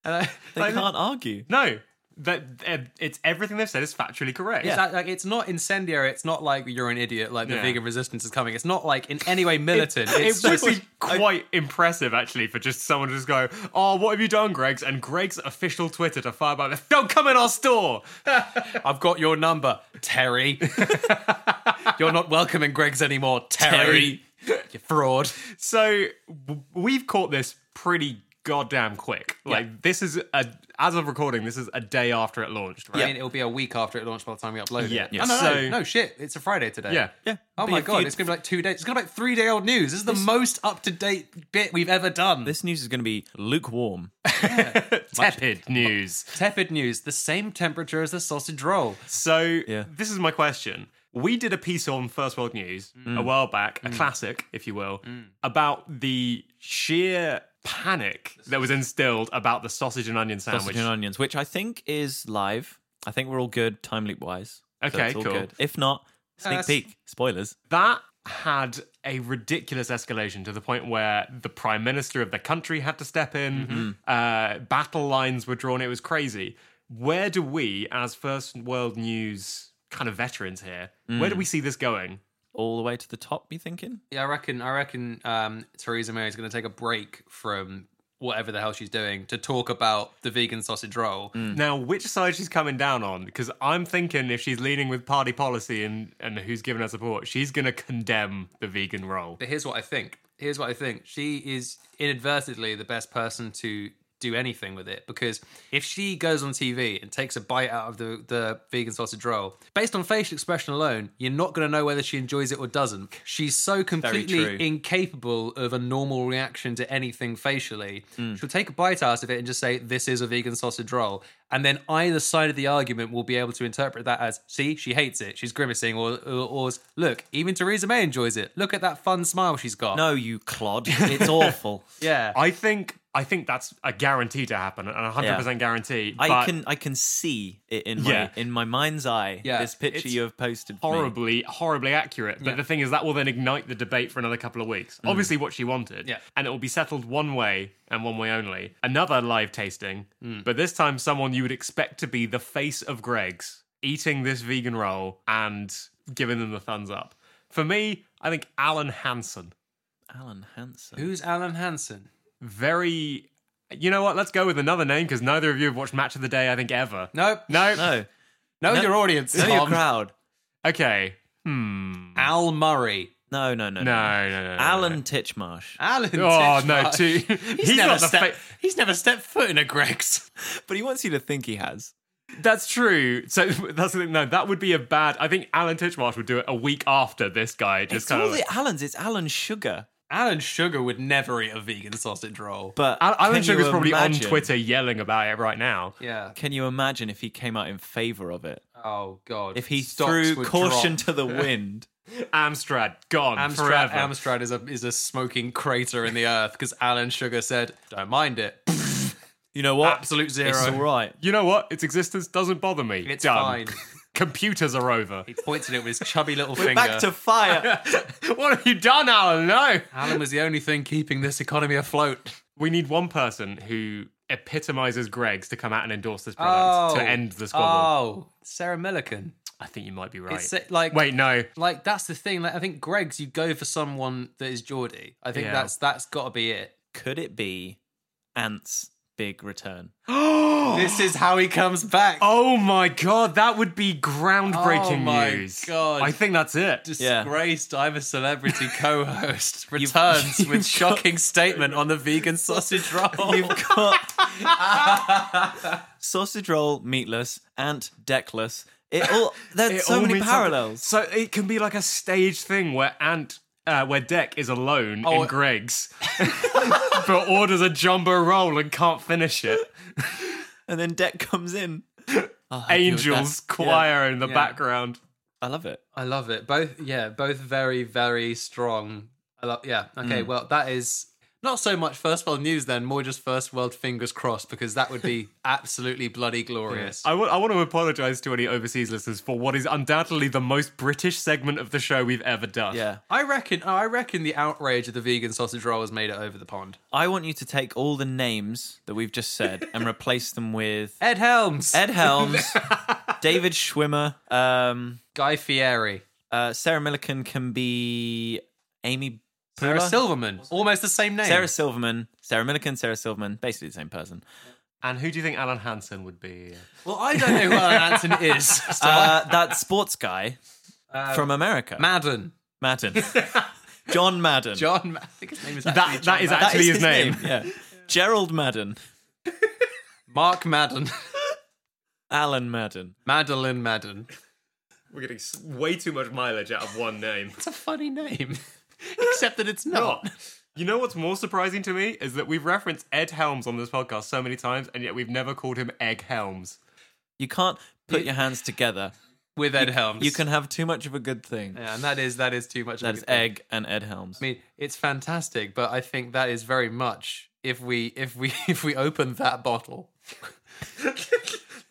Speaker 2: and I,
Speaker 1: They
Speaker 2: like,
Speaker 1: can't argue.
Speaker 3: no. That eh, it's everything they've said is factually correct.
Speaker 2: It's like, like it's not incendiary. It's not like you're an idiot. Like the
Speaker 3: Yeah.
Speaker 2: vegan resistance is coming. It's not like in any way militant. it's
Speaker 3: it would
Speaker 2: just,
Speaker 3: be quite impressive, actually, for just someone to just go, "Oh, what have you done, Greg's?" and Greg's official Twitter to fire back, with, "Don't come in our store." *laughs*
Speaker 2: I've got your number, *laughs* Terry. you're not welcome in Greg's anymore, Terry. you fraud.
Speaker 3: So w- we've caught this pretty goddamn quick. Like this is a as of recording, this is a day after it launched,
Speaker 2: I
Speaker 3: right?
Speaker 2: mean, it'll be a week after it launched by the time we upload
Speaker 3: Yeah.
Speaker 2: it.
Speaker 3: Yeah.
Speaker 2: Oh, no,
Speaker 3: So-
Speaker 2: no, no, shit. It's a Friday today.
Speaker 3: Yeah.
Speaker 1: Yeah.
Speaker 2: Oh
Speaker 1: But
Speaker 2: my
Speaker 1: if
Speaker 2: god,
Speaker 1: you'd-
Speaker 2: it's gonna be like two days. It's gonna be like three day old news. This is the most up to date bit we've ever done.
Speaker 1: This news is going to be lukewarm.
Speaker 3: Tepid news.
Speaker 2: tepid news, the same temperature as the sausage roll.
Speaker 3: So
Speaker 1: Yeah.
Speaker 3: this is my question. We did a piece on First World News
Speaker 1: Mm.
Speaker 3: a while back, a classic, if you will, about the sheer panic that was instilled about the sausage and onion sandwich.
Speaker 1: Sausage and onions, which I think is live. I think we're all good time leap wise.
Speaker 3: Okay,
Speaker 1: it's all
Speaker 3: cool.
Speaker 1: If not, sneak
Speaker 2: that's-
Speaker 1: peek. Spoilers.
Speaker 3: That had a ridiculous escalation to the point where the prime minister of the country had to step
Speaker 1: Mm-hmm.
Speaker 3: in, uh, battle lines were drawn. It was crazy. Where do we, as First World News kind of veterans here, where
Speaker 1: Mm.
Speaker 3: do we see this going?
Speaker 1: All the way to the top, you thinking?
Speaker 2: Yeah, I reckon. I reckon um, Theresa May is going to take a break from whatever the hell she's doing to talk about the vegan sausage roll.
Speaker 1: Mm.
Speaker 3: Now, which side she's coming down on? Because I'm thinking if she's leaning with party policy and, and who's giving her support, she's going to condemn the vegan role.
Speaker 2: But here's what I think. Here's what I think. She is inadvertently the best person to do anything with it because if she goes on TV and takes a bite out of the, the vegan sausage roll, based on facial expression alone, you're not going to know whether she enjoys it or doesn't. She's so
Speaker 1: true.
Speaker 2: completely incapable of a normal reaction to anything facially. She'll take a bite out of it and just say, This is a vegan sausage roll. And then either side of the argument will be able to interpret that as, See, she hates it. She's grimacing. Or, or, or look, even Theresa May enjoys it. Look at that fun smile she's got.
Speaker 1: No, you clod. It's awful.
Speaker 2: Yeah.
Speaker 3: I think I think that's a guarantee to happen, an 100%
Speaker 1: Yeah.
Speaker 3: guarantee.
Speaker 1: I
Speaker 3: but-
Speaker 1: can I can see it in my
Speaker 3: Yeah.
Speaker 1: in my mind's eye.
Speaker 2: Yeah,
Speaker 1: this picture
Speaker 3: it's
Speaker 1: you have posted. for me.
Speaker 3: horribly, horribly accurate. But
Speaker 2: Yeah.
Speaker 3: the thing is, that will then ignite the debate for another couple of weeks. Obviously, what she wanted,
Speaker 2: Yeah.
Speaker 3: and it will be settled one way and one way only. Another live tasting, but this time, someone you would expect to be the face of Greg's eating this vegan roll and giving them the thumbs up. For me, I think Alan Hansen,
Speaker 1: Alan Hansen.
Speaker 2: Who's Alan Hansen?
Speaker 3: very. You know what? Let's go with another name because neither of you have watched Match of the Day, I think, ever.
Speaker 2: Nope.
Speaker 3: No.
Speaker 1: No,
Speaker 2: Know
Speaker 1: No-
Speaker 2: your audience.
Speaker 1: no, your
Speaker 2: Tom.
Speaker 1: crowd.
Speaker 3: Okay. Hmm.
Speaker 2: Al Murray.
Speaker 1: No, no, no,
Speaker 3: No, no, no. no, no.
Speaker 1: Alan Titchmarsh.
Speaker 2: Alan.
Speaker 3: Oh no!
Speaker 2: Titchmarsh.
Speaker 3: Too.
Speaker 2: *laughs* He's,
Speaker 3: he's
Speaker 2: never
Speaker 3: not the
Speaker 2: stepped.
Speaker 3: fa-
Speaker 2: he's never stepped foot in a Greg's.
Speaker 1: But he wants you to think he has.
Speaker 3: That's true. So *laughs* that's the thing. No, that would be a bad. I think Alan Titchmarsh would do it a week after this guy. Just
Speaker 1: It's
Speaker 3: kind
Speaker 1: all
Speaker 3: of.
Speaker 1: the Alans. It's Alan Sugar.
Speaker 2: Alan Sugar would never eat a vegan sausage roll.
Speaker 1: But
Speaker 3: Al- Alan
Speaker 1: can
Speaker 3: Sugar's
Speaker 1: you
Speaker 3: probably
Speaker 1: imagine-
Speaker 3: on Twitter yelling about it right now.
Speaker 2: yeah.
Speaker 1: Can you imagine if he came out in favor of it?
Speaker 2: Oh god.
Speaker 1: If he
Speaker 2: Stocks
Speaker 1: threw
Speaker 2: would
Speaker 1: caution
Speaker 2: drop.
Speaker 1: to the wind.
Speaker 3: Amstrad gone
Speaker 2: Amstrad,
Speaker 3: forever.
Speaker 2: Amstrad is a is a smoking crater in the earth because Alan Sugar said, "Don't mind it."
Speaker 1: You know what?
Speaker 2: Absolute zero.
Speaker 1: It's all right.
Speaker 3: you know what? Its existence doesn't bother me.
Speaker 2: It's fine.
Speaker 3: Done. *laughs* Computers are over.
Speaker 2: He points at it with his chubby little
Speaker 1: We're
Speaker 2: finger.
Speaker 1: back to
Speaker 3: *laughs*
Speaker 1: fire.
Speaker 3: what have you done, Alan? No.
Speaker 2: Alan was the only thing keeping this economy afloat.
Speaker 3: We need one person who epitomizes Greg's to come out and endorse this product to end the squabble.
Speaker 2: Oh, Sarah Millican.
Speaker 3: I think you might be right.
Speaker 2: It's like
Speaker 3: Wait, no. *gasps*
Speaker 2: like that's the thing. Like I think Greg's, you go for someone that is Geordie. I think
Speaker 3: Yeah.
Speaker 2: that's that's got to be it.
Speaker 1: Could it be Ant's big return?
Speaker 2: This is how he comes back.
Speaker 3: Oh my god, that would be groundbreaking
Speaker 2: Oh my
Speaker 3: news.
Speaker 2: God.
Speaker 3: I think that's it.
Speaker 2: Disgraced, I'm a *laughs* celebrity co-host returns with *laughs*
Speaker 1: you've got-
Speaker 2: shocking statement on the vegan sausage roll.
Speaker 1: You've got Sausage roll, meatless, ant, deckless. It all there's
Speaker 3: It
Speaker 1: so
Speaker 3: all
Speaker 1: many
Speaker 3: means something.
Speaker 1: parallels.
Speaker 3: So it can be like a stage thing where Ant, uh, where Deck is alone
Speaker 2: Oh,
Speaker 3: in Greg's, *laughs* but orders a jumbo roll and can't finish it.
Speaker 1: And then Deck comes in. I'll help you with that.
Speaker 3: Angels choir in the
Speaker 2: Yeah.
Speaker 3: background.
Speaker 1: I love it.
Speaker 2: I love it. Both, yeah, both very, very strong. I love, yeah. Okay, well, that is not so much first world news then, more just first world fingers crossed because that would *laughs* be absolutely bloody glorious.
Speaker 3: I want to apologise to any overseas listeners for what is undoubtedly the most British segment of the show we've ever done.
Speaker 1: Yeah.
Speaker 2: I reckon. I reckon the outrage of the vegan sausage roll has made it over the pond.
Speaker 1: I want you to take all the names that we've just said and replace them with
Speaker 2: Ed Helms,
Speaker 1: Ed Helms, David Schwimmer, um,
Speaker 2: Guy Fieri,
Speaker 1: uh, Sarah Milliken can be Amy
Speaker 2: Sarah
Speaker 1: Brewer?
Speaker 2: Silverman, almost the same name.
Speaker 1: Sarah Silverman, Sarah Milliken, Sarah Silverman, basically the same person.
Speaker 3: And who do you think Alan Hansen would be?
Speaker 2: well, I don't know who *laughs* Alan Anson is. So
Speaker 1: Uh, that sports guy from America,
Speaker 2: Madden,
Speaker 1: Madden, John Madden.
Speaker 2: John. I think his name is actually
Speaker 3: That
Speaker 2: John
Speaker 3: that is
Speaker 2: Madden.
Speaker 1: That
Speaker 3: actually
Speaker 1: is
Speaker 3: his, name.
Speaker 1: Yeah, Gerald Madden,
Speaker 2: Mark Madden, *laughs*
Speaker 1: Alan Madden.
Speaker 2: Madeline Madden.
Speaker 3: We're getting s- way too much mileage out of
Speaker 2: *laughs*
Speaker 3: one name.
Speaker 2: It's a funny name, *laughs* except that it's not.
Speaker 3: not. *laughs* You know what's more surprising to me is that we've referenced Ed Helms on this podcast so many times, and yet we've never called him Egg Helms.
Speaker 1: You can't put your hands together.
Speaker 2: With Ed Helms,
Speaker 1: You can have too much of a good thing.
Speaker 2: Yeah, and that is that is too much. of a
Speaker 1: That is
Speaker 2: good thing.
Speaker 1: Egg and Ed Helms.
Speaker 2: I mean, it's fantastic, but I think that is very much if we if we *laughs* if we open
Speaker 1: *laughs*
Speaker 2: that bottle,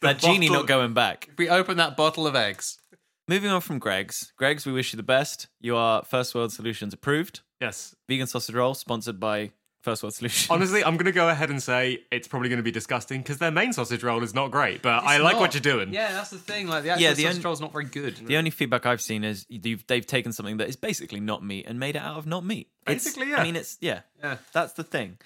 Speaker 1: that genie
Speaker 3: bottle-
Speaker 1: not going back.
Speaker 2: if we open that bottle of eggs.
Speaker 1: Moving on from Greg's. Greg's, we wish you the best. You are First World Solutions approved.
Speaker 3: Yes.
Speaker 1: Vegan sausage roll sponsored by First World Solutions.
Speaker 3: Honestly, I'm going to go ahead and say it's probably going to be disgusting because their main sausage roll is not great, but I
Speaker 2: It's
Speaker 3: like
Speaker 2: not-
Speaker 3: what you're doing.
Speaker 2: Yeah, that's the thing. Like the actual
Speaker 1: Yeah,
Speaker 2: yeah,
Speaker 1: the only-
Speaker 2: not very good.
Speaker 1: The only feedback I've seen is you've, they've taken something that is basically not meat and made it out of not meat. It's-
Speaker 3: Basically, yeah.
Speaker 1: I mean, it's yeah.
Speaker 2: Yeah.
Speaker 1: That's the thing.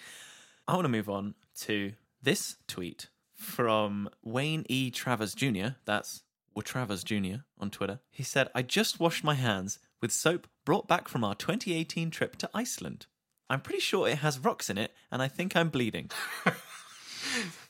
Speaker 1: I want to move on to this tweet from Wayne E. Travers Jr. That's or Travers Jr. on Twitter. He said, "I just washed my hands with soap brought back from our 2018 trip to Iceland. I'm pretty sure it has rocks in it, and I think I'm bleeding."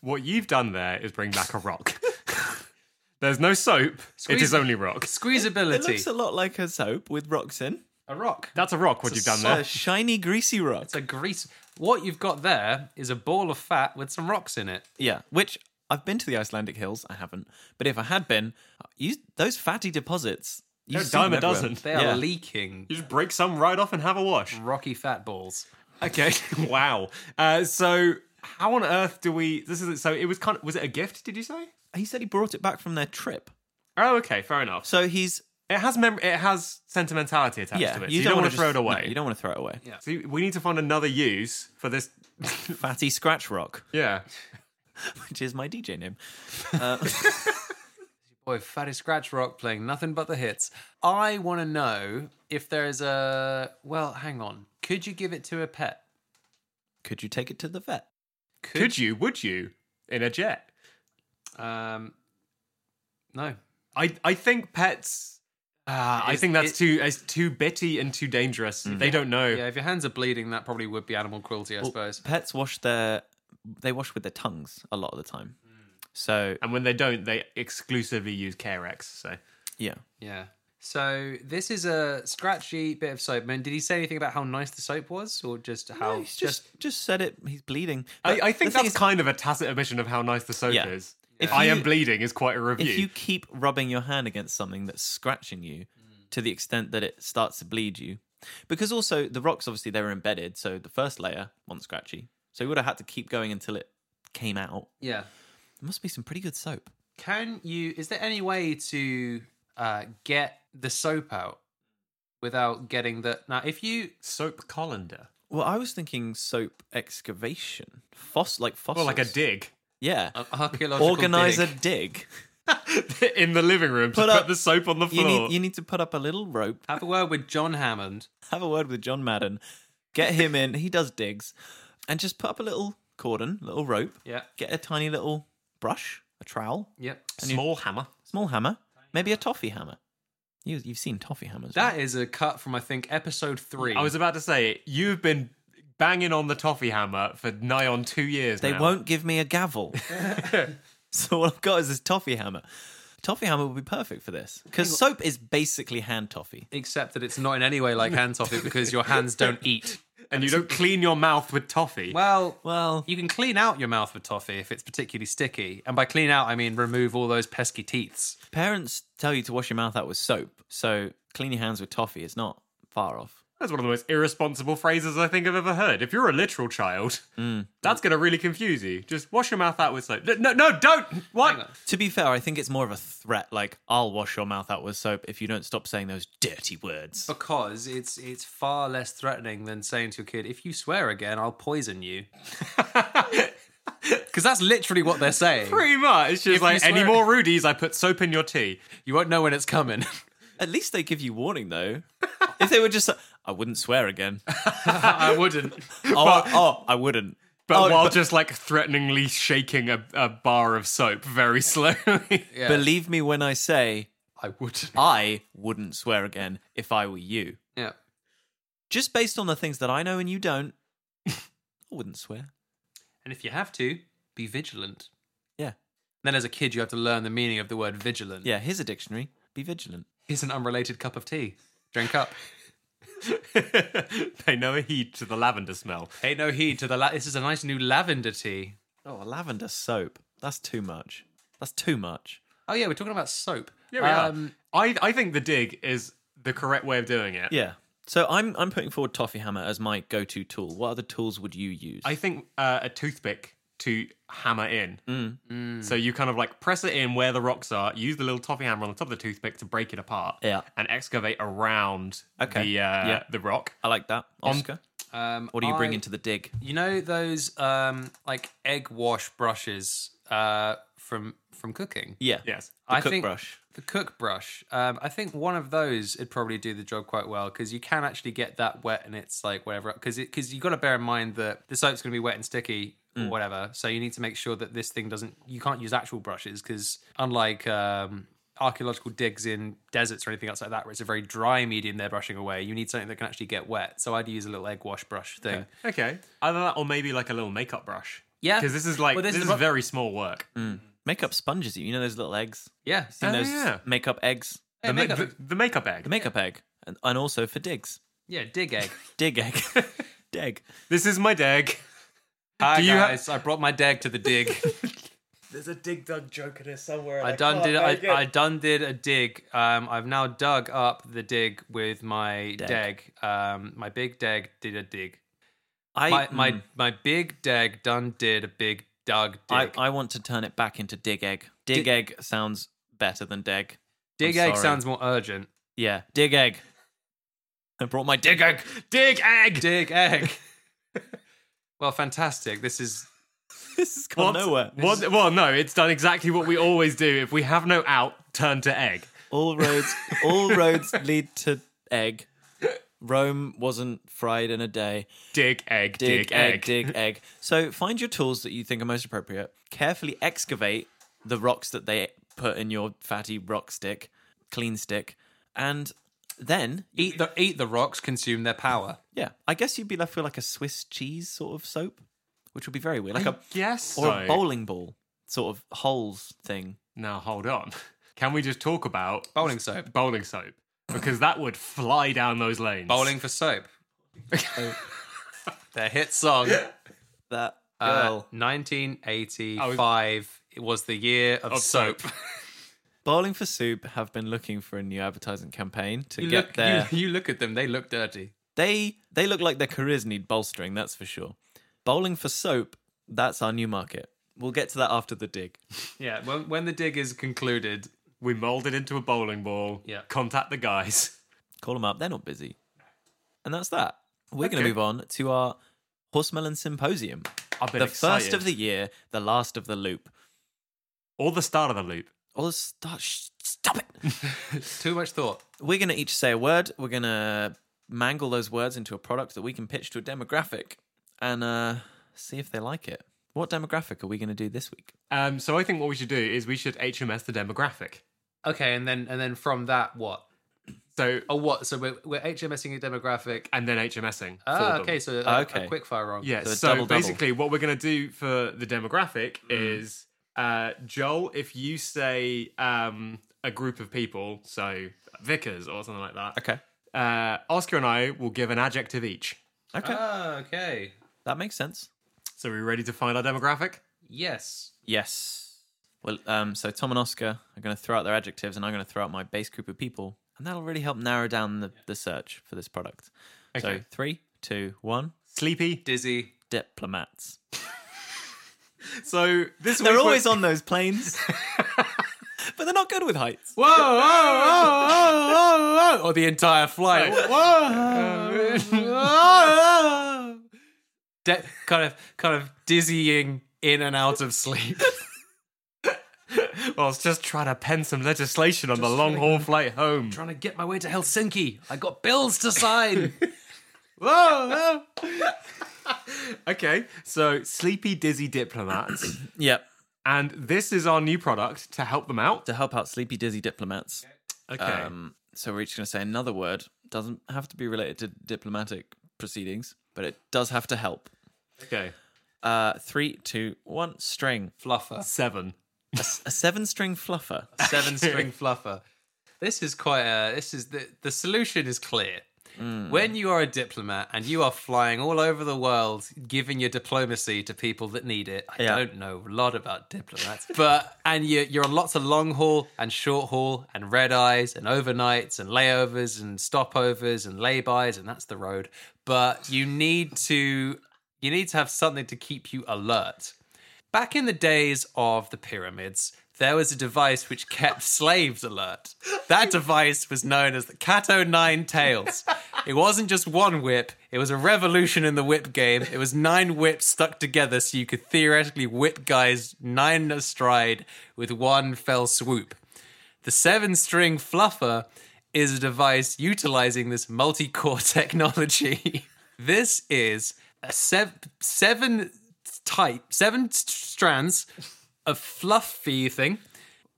Speaker 3: What you've done there is bring back a rock. *laughs* There's no soap, it is
Speaker 2: Squeeze-
Speaker 3: only rock.
Speaker 1: It
Speaker 2: Squeezability.
Speaker 1: looks a lot like a soap with rocks in.
Speaker 2: a rock.
Speaker 3: That's a rock, what
Speaker 2: It's
Speaker 3: you've
Speaker 2: a
Speaker 3: done
Speaker 1: A
Speaker 3: there.
Speaker 1: shiny, greasy rock.
Speaker 2: It's a grease. What you've got there is a ball of fat with some rocks in it.
Speaker 1: Yeah, which I've been to the Icelandic hills. I haven't, but if I had been, you, those fatty deposits, you
Speaker 3: They're a
Speaker 1: see them
Speaker 3: dime a
Speaker 1: everywhere.
Speaker 3: dozen.
Speaker 2: They are
Speaker 1: Yeah.
Speaker 2: leaking
Speaker 3: You just break some right off and have a wash.
Speaker 2: rocky fat balls.
Speaker 3: Okay. *laughs* wow. Uh, so, how on earth do we. This is So, it was kind of. Was it a gift, did you say?
Speaker 1: He said he brought it back from their trip,
Speaker 3: Oh, okay, fair enough.
Speaker 1: so he's
Speaker 3: It has mem- it has sentimentality attached
Speaker 1: yeah.
Speaker 3: to it. so you don't, want
Speaker 1: wanna
Speaker 3: to throw
Speaker 1: just-
Speaker 3: it away.
Speaker 1: no, you don't want to throw it away.
Speaker 2: Yeah.
Speaker 3: So we need to find another use for this.
Speaker 1: *laughs* Fatty scratch rock,
Speaker 3: yeah.
Speaker 1: which is my DJ name.
Speaker 2: Boy, Fatty Scratch Rock playing nothing but the hits. I want to know if there is a. Well, hang on. Could you give it to a pet?
Speaker 1: Could you take it to the vet?
Speaker 3: Could you? Would you? In a jet?
Speaker 2: Um, no.
Speaker 3: I I think pets. Uh, I
Speaker 2: Is-
Speaker 3: think that's
Speaker 2: it-
Speaker 3: too it's too bitty and too dangerous.
Speaker 1: Mm-hmm.
Speaker 3: They don't know.
Speaker 2: Yeah, if your hands are bleeding, that probably would be animal cruelty, I suppose.
Speaker 1: Pets wash their they wash with their tongues a lot of the time.
Speaker 3: Hmm.
Speaker 1: So
Speaker 3: And when they don't, they exclusively use Carex. So
Speaker 1: yeah,
Speaker 2: Yeah. So this is a scratchy bit of soap. Man, did he say anything about how nice the soap was, or just how
Speaker 1: he's just just said it. He's bleeding.
Speaker 3: Oh, I,
Speaker 1: But
Speaker 3: I
Speaker 1: the
Speaker 3: think
Speaker 1: thing
Speaker 3: that's
Speaker 1: is,
Speaker 3: kind of a tacit admission of how nice the soap
Speaker 1: Yeah.
Speaker 3: is.
Speaker 1: If
Speaker 3: I
Speaker 1: you-
Speaker 3: am bleeding is quite a review.
Speaker 1: if you keep rubbing your hand against something that's scratching you
Speaker 3: Mm.
Speaker 1: to the extent that it starts to bleed you because also the rocks obviously they were embedded so the first layer wasn't scratchy so you would have had to keep going until it came out
Speaker 2: yeah?
Speaker 1: there must be some pretty good soap
Speaker 2: Can you? Is there any way to uh, get the soap out without getting the? Now, if you
Speaker 3: soap colander.
Speaker 1: well i was thinking soap excavation Foss- like fossils
Speaker 3: Well, like a dig *laughs*
Speaker 1: yeah
Speaker 2: an archaeological
Speaker 1: organize
Speaker 2: dig-
Speaker 1: a dig
Speaker 3: in the living room to
Speaker 1: Put
Speaker 3: put,
Speaker 1: up-
Speaker 3: the soap on the
Speaker 1: you
Speaker 3: floor.
Speaker 1: need, you need to put up a little rope *laughs*
Speaker 2: have a word with John Hammond.
Speaker 1: have a word with john madden get him in he does digs and just put up a little cordon little rope
Speaker 2: Yeah.
Speaker 1: get a tiny little brush a trowel
Speaker 2: Yep.
Speaker 3: Small hammer.
Speaker 1: small hammer, maybe a toffee hammer. You, you've seen toffee hammers. right?
Speaker 2: That is a cut from I think episode three.
Speaker 3: I was about to say, you've been banging on the toffee hammer for nigh on two years.
Speaker 1: They
Speaker 3: now.
Speaker 1: won't give me a *laughs* gavel. so all I've got is this toffee hammer. Toffee hammer would be perfect for this because soap is basically hand toffee.
Speaker 2: Except that it's not in any way like hand toffee because your hands *laughs* don't eat.
Speaker 3: and you
Speaker 1: *laughs*
Speaker 3: don't clean your mouth with toffee.
Speaker 2: Well,
Speaker 1: Well,
Speaker 2: you can clean out your mouth with toffee if it's particularly sticky. And by clean out, I mean remove all those pesky teats.
Speaker 1: parents tell you to wash your mouth out with soap, so clean your hands with toffee. It's not far off.
Speaker 3: That's one of the most irresponsible phrases I think I've ever heard. If you're a literal child,
Speaker 1: Mm.
Speaker 3: that's going to really confuse you. Just wash your mouth out with soap. No, no, no don't. What?
Speaker 1: To be fair, I think it's more of a threat. Like, I'll wash your mouth out with soap if you don't stop saying those dirty words.
Speaker 2: Because it's it's far less threatening than saying to a kid, if you swear again, I'll poison *laughs* you. Because that's literally what they're saying.
Speaker 3: Pretty much. It's just
Speaker 2: If
Speaker 3: like
Speaker 2: you
Speaker 3: any
Speaker 2: swear-
Speaker 3: more Rudies, I put soap in
Speaker 1: *laughs*
Speaker 3: your tea.
Speaker 2: You won't know when it's coming. *laughs*
Speaker 1: At least they give you warning, though. if they were just, like, I wouldn't swear again.
Speaker 2: I
Speaker 3: *laughs*
Speaker 2: wouldn't.
Speaker 1: Oh, I- oh, I wouldn't.
Speaker 3: But
Speaker 1: Oh,
Speaker 3: while
Speaker 1: but-
Speaker 3: just like threateningly shaking a, a bar of soap very *laughs* slowly. *laughs*
Speaker 2: Yeah.
Speaker 1: believe me when I say
Speaker 2: I wouldn't.
Speaker 1: I wouldn't swear again if I were you.
Speaker 2: Yeah.
Speaker 1: Just based on the things that I know and you
Speaker 3: *laughs*
Speaker 1: don't, I wouldn't swear.
Speaker 2: And if you have to, be vigilant.
Speaker 1: Yeah.
Speaker 2: Then as a kid, you have to learn the meaning of the word vigilant.
Speaker 1: Yeah, here's a dictionary. Be vigilant.
Speaker 2: Here's an unrelated cup of tea.
Speaker 1: *laughs*
Speaker 2: Drink up.
Speaker 3: Pay no heed to the lavender smell.
Speaker 2: Pay no heed to the. La- this is a nice new lavender tea.
Speaker 1: Oh, a lavender soap. That's too much. That's too much.
Speaker 2: Oh yeah, we're talking about soap.
Speaker 3: Here we
Speaker 2: um,
Speaker 3: are. I, I think the dig is the correct way of doing it.
Speaker 1: Yeah. So I'm I'm putting forward toffee hammer as my go-to tool. What other tools would you use?
Speaker 3: I think uh, a toothpick to hammer in. Mm. So you kind of like press it in where the rocks are, use the little toffee hammer on the top of the toothpick to break it apart,
Speaker 1: Yeah.
Speaker 3: and excavate around
Speaker 1: Okay.
Speaker 3: the uh,
Speaker 1: Yeah.
Speaker 3: the rock.
Speaker 1: I like that. Oscar,
Speaker 2: Um,
Speaker 1: what do you bring
Speaker 2: I-
Speaker 1: into the dig?
Speaker 2: You know those um, like egg wash brushes uh, from from cooking.
Speaker 1: Yeah.
Speaker 3: Yes.
Speaker 1: The
Speaker 2: I
Speaker 1: cook
Speaker 2: think-
Speaker 1: brush.
Speaker 2: The cook brush. Um, I think one of those would probably do the job quite well because you can actually get that wet and it's like whatever. Because because you got to bear in mind that the soap's going to be wet and sticky
Speaker 1: Mm.
Speaker 2: or whatever. So you need to make sure that this thing doesn't. You can't use actual brushes because unlike um, archaeological digs in deserts or anything else like that, where it's a very dry medium they're brushing away, you need something that can actually get wet. So I'd use a little egg wash brush thing.
Speaker 3: Okay. Either that or maybe like a little makeup brush.
Speaker 2: Yeah.
Speaker 3: Because this is like
Speaker 2: Well,
Speaker 3: this,
Speaker 2: this is
Speaker 3: is,
Speaker 2: what-
Speaker 3: very small work.
Speaker 1: Makeup sponges. You know those little eggs.
Speaker 2: Yeah.
Speaker 1: Seen
Speaker 3: Oh,
Speaker 1: those
Speaker 3: yeah.
Speaker 1: makeup eggs.
Speaker 2: Hey,
Speaker 3: the, ma-
Speaker 2: makeup-
Speaker 3: the- the makeup egg.
Speaker 1: The makeup egg, and, and also for digs.
Speaker 2: yeah, dig egg.
Speaker 1: Dig egg. *laughs* dig.
Speaker 3: this is my dig.
Speaker 2: Hi
Speaker 3: you ha-
Speaker 2: guys, I brought my dag to the dig.
Speaker 3: *laughs* There's a dig dug joke in here somewhere.
Speaker 2: I done did I, I done did a dig. Um, I've now dug up the dig with my dag. Um, my big dag did a dig.
Speaker 1: I
Speaker 2: My my,
Speaker 1: mm,
Speaker 2: my big dag done did a big dug dig.
Speaker 1: I, I want to turn it back into dig egg. Dig
Speaker 2: Dig-
Speaker 1: egg sounds better than deg.
Speaker 2: dig
Speaker 1: I'm
Speaker 2: egg
Speaker 1: sorry.
Speaker 2: sounds more urgent.
Speaker 1: Yeah, dig egg. I brought my dig *laughs* egg.
Speaker 3: dig egg.
Speaker 1: *laughs*
Speaker 2: Dig egg. well, fantastic. This is
Speaker 1: This has gone nowhere.
Speaker 3: What, well, no, it's done exactly what we always do. If we have no out, turn to egg.
Speaker 1: All roads all roads lead to egg. Rome wasn't fried in a day.
Speaker 3: Dig egg.
Speaker 1: Dig,
Speaker 3: Dig,
Speaker 1: egg, dig egg. So find your tools that you think are most appropriate. Carefully excavate the rocks that they put in your fatty rock stick, clean stick, and then
Speaker 2: eat the eat the rocks, consume their power.
Speaker 1: Yeah, I guess you'd be left with like a Swiss cheese sort of soap, which would be very weird, like a
Speaker 3: Yes.
Speaker 1: or a bowling ball sort of holes thing.
Speaker 3: Now hold on. Can we just talk about
Speaker 2: Bowling soap.
Speaker 3: bowling soap? Because that would fly down those lanes.
Speaker 2: Bowling for soap.
Speaker 1: Oh.
Speaker 2: *laughs* their hit song.
Speaker 1: That
Speaker 2: Uh,
Speaker 1: girl
Speaker 2: 1985 it was the year of,
Speaker 3: Of
Speaker 2: soap.
Speaker 3: soap.
Speaker 1: bowling for soup have been looking for a new advertising campaign to
Speaker 2: You
Speaker 1: get
Speaker 2: look,
Speaker 1: their.
Speaker 2: *laughs* you, you look at them; they look dirty.
Speaker 1: They they look like their careers need bolstering, that's for sure. Bowling for soap, that's our new market. We'll get to that after the dig.
Speaker 2: Yeah. When when the dig is concluded,
Speaker 3: We mold it into a bowling ball.
Speaker 2: Yeah.
Speaker 3: Contact the guys.
Speaker 1: Call them up; they're not busy, and that's that. We're going to
Speaker 3: Okay.
Speaker 1: move on to our horsemelon symposium,
Speaker 3: I've been
Speaker 1: the
Speaker 3: excited.
Speaker 1: first of the year, the last of the loop.
Speaker 3: or the start of the loop.
Speaker 1: Or start. Sh- stop *laughs* it.
Speaker 2: too much thought.
Speaker 1: We're going to each say a word. We're going to mangle those words into a product that we can pitch to a demographic and uh, see if they like it. What demographic are we going to do this week?
Speaker 3: Um, so I think what we should do is we should HMS the demographic.
Speaker 2: Okay, and then and then from that, what?
Speaker 3: So
Speaker 2: Oh, what? So we're, we're HMSing a demographic.
Speaker 3: and then HMSing. for
Speaker 2: Ah,
Speaker 3: them.
Speaker 2: okay. So a,
Speaker 1: Okay.
Speaker 2: a quick fire roll.
Speaker 3: Yeah.
Speaker 1: So
Speaker 3: So,
Speaker 1: it's double, double.
Speaker 3: basically, what we're going to do for the demographic
Speaker 2: Mm.
Speaker 3: is uh, Joel, if you say um, a group of people, so Vickers or something like that,
Speaker 1: Okay.
Speaker 3: uh, Oscar and I will give an adjective each.
Speaker 1: Okay.
Speaker 2: Ah, okay.
Speaker 1: that makes sense.
Speaker 3: So, are we ready to find our demographic?
Speaker 2: Yes.
Speaker 1: Yes. Well, um, so Tom and Oscar are going to throw out their adjectives, and I'm going to throw out my base group of people, and that'll really help narrow down the, the search for this product. So
Speaker 3: Okay.
Speaker 1: three, two, one.
Speaker 3: Sleepy.
Speaker 2: Dizzy.
Speaker 1: Diplomats.
Speaker 3: So this
Speaker 1: They're *laughs* always on those planes, but they're not good with heights.
Speaker 2: Whoa! Whoa! Whoa! Whoa! Whoa! Or the entire flight. Whoa! *laughs* De- kind of, kind of dizzying in and out of sleep.
Speaker 3: *laughs* I was just trying to pen some legislation on the long haul flight home.
Speaker 2: Trying to get my way to Helsinki. I got bills to *laughs* sign.
Speaker 3: *laughs* Whoa! *laughs* whoa. okay, so sleepy, dizzy diplomats, *clears throat*
Speaker 1: Yep.
Speaker 3: and this is our new product to help them out.
Speaker 1: To help out sleepy, dizzy diplomats.
Speaker 3: Okay.
Speaker 1: Um, so we're each going to say another word. Doesn't have to be related to diplomatic proceedings, but it does have to help.
Speaker 3: okay.
Speaker 1: Uh, three, two, one. String.
Speaker 2: fluffer.
Speaker 3: Seven.
Speaker 1: A, s- a seven-string fluffer.
Speaker 2: *laughs* Seven string fluffer. This is quite a. This is the the solution is clear. When you are a diplomat and you are flying all over the world giving your diplomacy to people that need it, I
Speaker 1: Yeah.
Speaker 2: don't know a lot about diplomats, *laughs* but and you, you're on lots of long haul and short haul and red eyes and overnights and layovers and stopovers and laybys and that's the road. But you need to you need to have something to keep you alert. Back in the days of the pyramids, there was a device which kept slaves alert. That device was known as the Cat O' Nine Tails. It wasn't just one whip, it was a revolution in the whip game. It was nine whips stuck together so you could theoretically whip guys nine astride with one fell swoop. The seven string fluffer is a device utilizing this multi core *laughs* technology. this is a sev- seven type, seven s- strands of fluffy thing,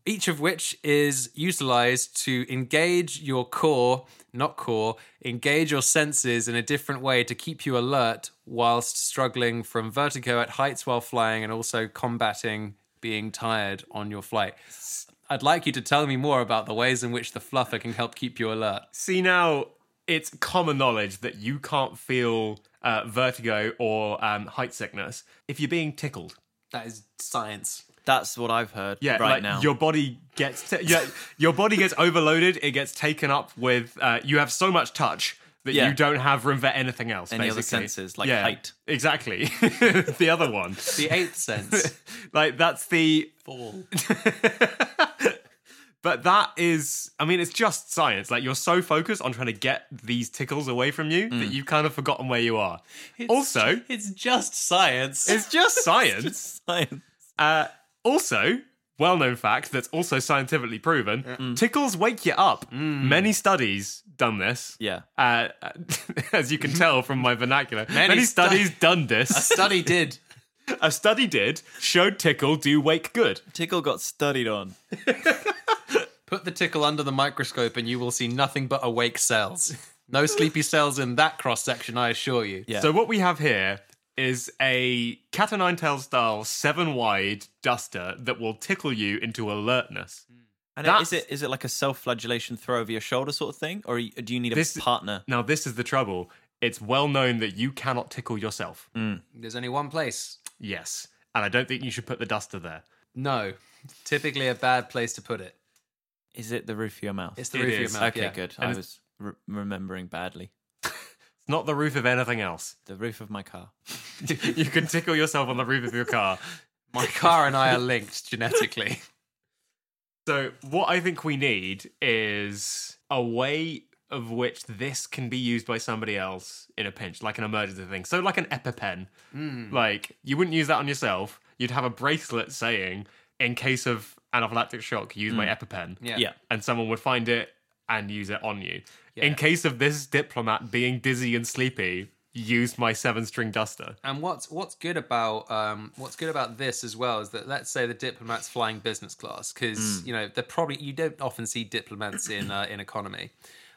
Speaker 2: each of which is utilized to engage your core, not core, engage your senses in a different way to keep you alert whilst struggling from vertigo at heights while flying and also combating being tired on your flight. I'd like you to tell me more about the ways in which the fluffer can help keep you alert.
Speaker 3: See now, it's common knowledge that you can't feel uh, vertigo or um, height sickness if you're being tickled.
Speaker 2: That is science.
Speaker 1: That's what I've heard
Speaker 3: Yeah,
Speaker 1: right
Speaker 3: like
Speaker 1: now.
Speaker 3: your body gets t- yeah, your body gets overloaded. It gets taken up with. Uh, you have so much touch that
Speaker 1: Yeah.
Speaker 3: you don't have room for anything else.
Speaker 1: Any other
Speaker 3: basically.
Speaker 1: senses, like
Speaker 3: Yeah,
Speaker 1: height.
Speaker 3: Exactly, *laughs* the other one. *laughs*
Speaker 2: The eighth sense. *laughs*
Speaker 3: like that's the
Speaker 2: Ball.
Speaker 3: But that is, I mean, it's just science. Like you're so focused on trying to get these tickles away from you
Speaker 1: Mm.
Speaker 3: that you've kind of forgotten where you are. also,
Speaker 2: It's just science.
Speaker 1: *laughs*
Speaker 3: it's just science.
Speaker 1: Science.
Speaker 3: Uh, also, well-known fact that's also scientifically proven: tickles wake you up. Many studies done this.
Speaker 1: Yeah.
Speaker 3: Uh, *laughs* as you can tell from my vernacular, many,
Speaker 2: stu-
Speaker 3: studies done this.
Speaker 2: Study did.
Speaker 3: A study did showed tickle do wake good.
Speaker 1: Tickle got studied on.
Speaker 2: Put the tickle under the microscope and you will see nothing but awake cells. No sleepy cells in that cross section, I assure you.
Speaker 1: Yeah.
Speaker 3: So what we have here is a cat o' nine tails style seven wide duster that will tickle you into alertness.
Speaker 1: And is
Speaker 3: That's-
Speaker 1: it is it like a self-flagellation throw over your shoulder sort of thing, or you- do you need a
Speaker 3: This-
Speaker 1: partner?
Speaker 3: Now this is the trouble. It's well known that you cannot tickle yourself.
Speaker 2: There's only one place.
Speaker 3: Yes. And I don't think you should put the duster there.
Speaker 2: No. Typically a bad place to put it.
Speaker 1: Is it the roof of your mouth?
Speaker 2: It's the
Speaker 3: It
Speaker 2: roof
Speaker 3: is.
Speaker 2: of your mouth.
Speaker 1: okay,
Speaker 2: yeah.
Speaker 1: good.
Speaker 3: And
Speaker 1: I
Speaker 3: it's-
Speaker 1: was re- remembering badly.
Speaker 3: It's not the roof of anything else.
Speaker 1: The roof of my car.
Speaker 3: *laughs* you can tickle yourself on the roof of your car.
Speaker 2: My car and I are linked genetically.
Speaker 3: So what I think we need is a way of which this can be used by somebody else in a pinch, like an emergency thing. So like an EpiPen. Like you wouldn't use that on yourself. You'd have a bracelet saying, "In case of anaphylactic shock, use my EpiPen."
Speaker 2: Yeah.
Speaker 1: Yeah.
Speaker 3: and someone would find it and use it on you.
Speaker 2: Yeah.
Speaker 3: In case of this diplomat being dizzy and sleepy, use my seven-string duster.
Speaker 2: And what's what's good about um, what's good about this as well is that let's say the diplomat's flying business class because you know they're probably you don't often see diplomats in uh, in economy,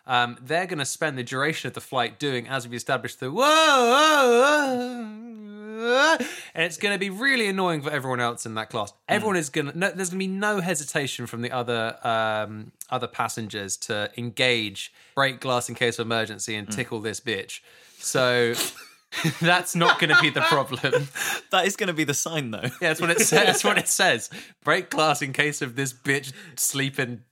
Speaker 2: Um, they're going to spend the duration of the flight doing, as we've established, the whoa, whoa, whoa, whoa," and it's going to be really annoying for everyone else in that class. Everyone is going to. No, there's going to be no hesitation from the other um, other passengers to engage, break glass in case of emergency, and tickle this bitch. So. That's not going to be the problem.
Speaker 1: That is going to be the sign, though.
Speaker 2: *laughs*
Speaker 1: *laughs*
Speaker 2: Yeah, that's what it says. That's what it says. Break glass in case of this bitch sleeping,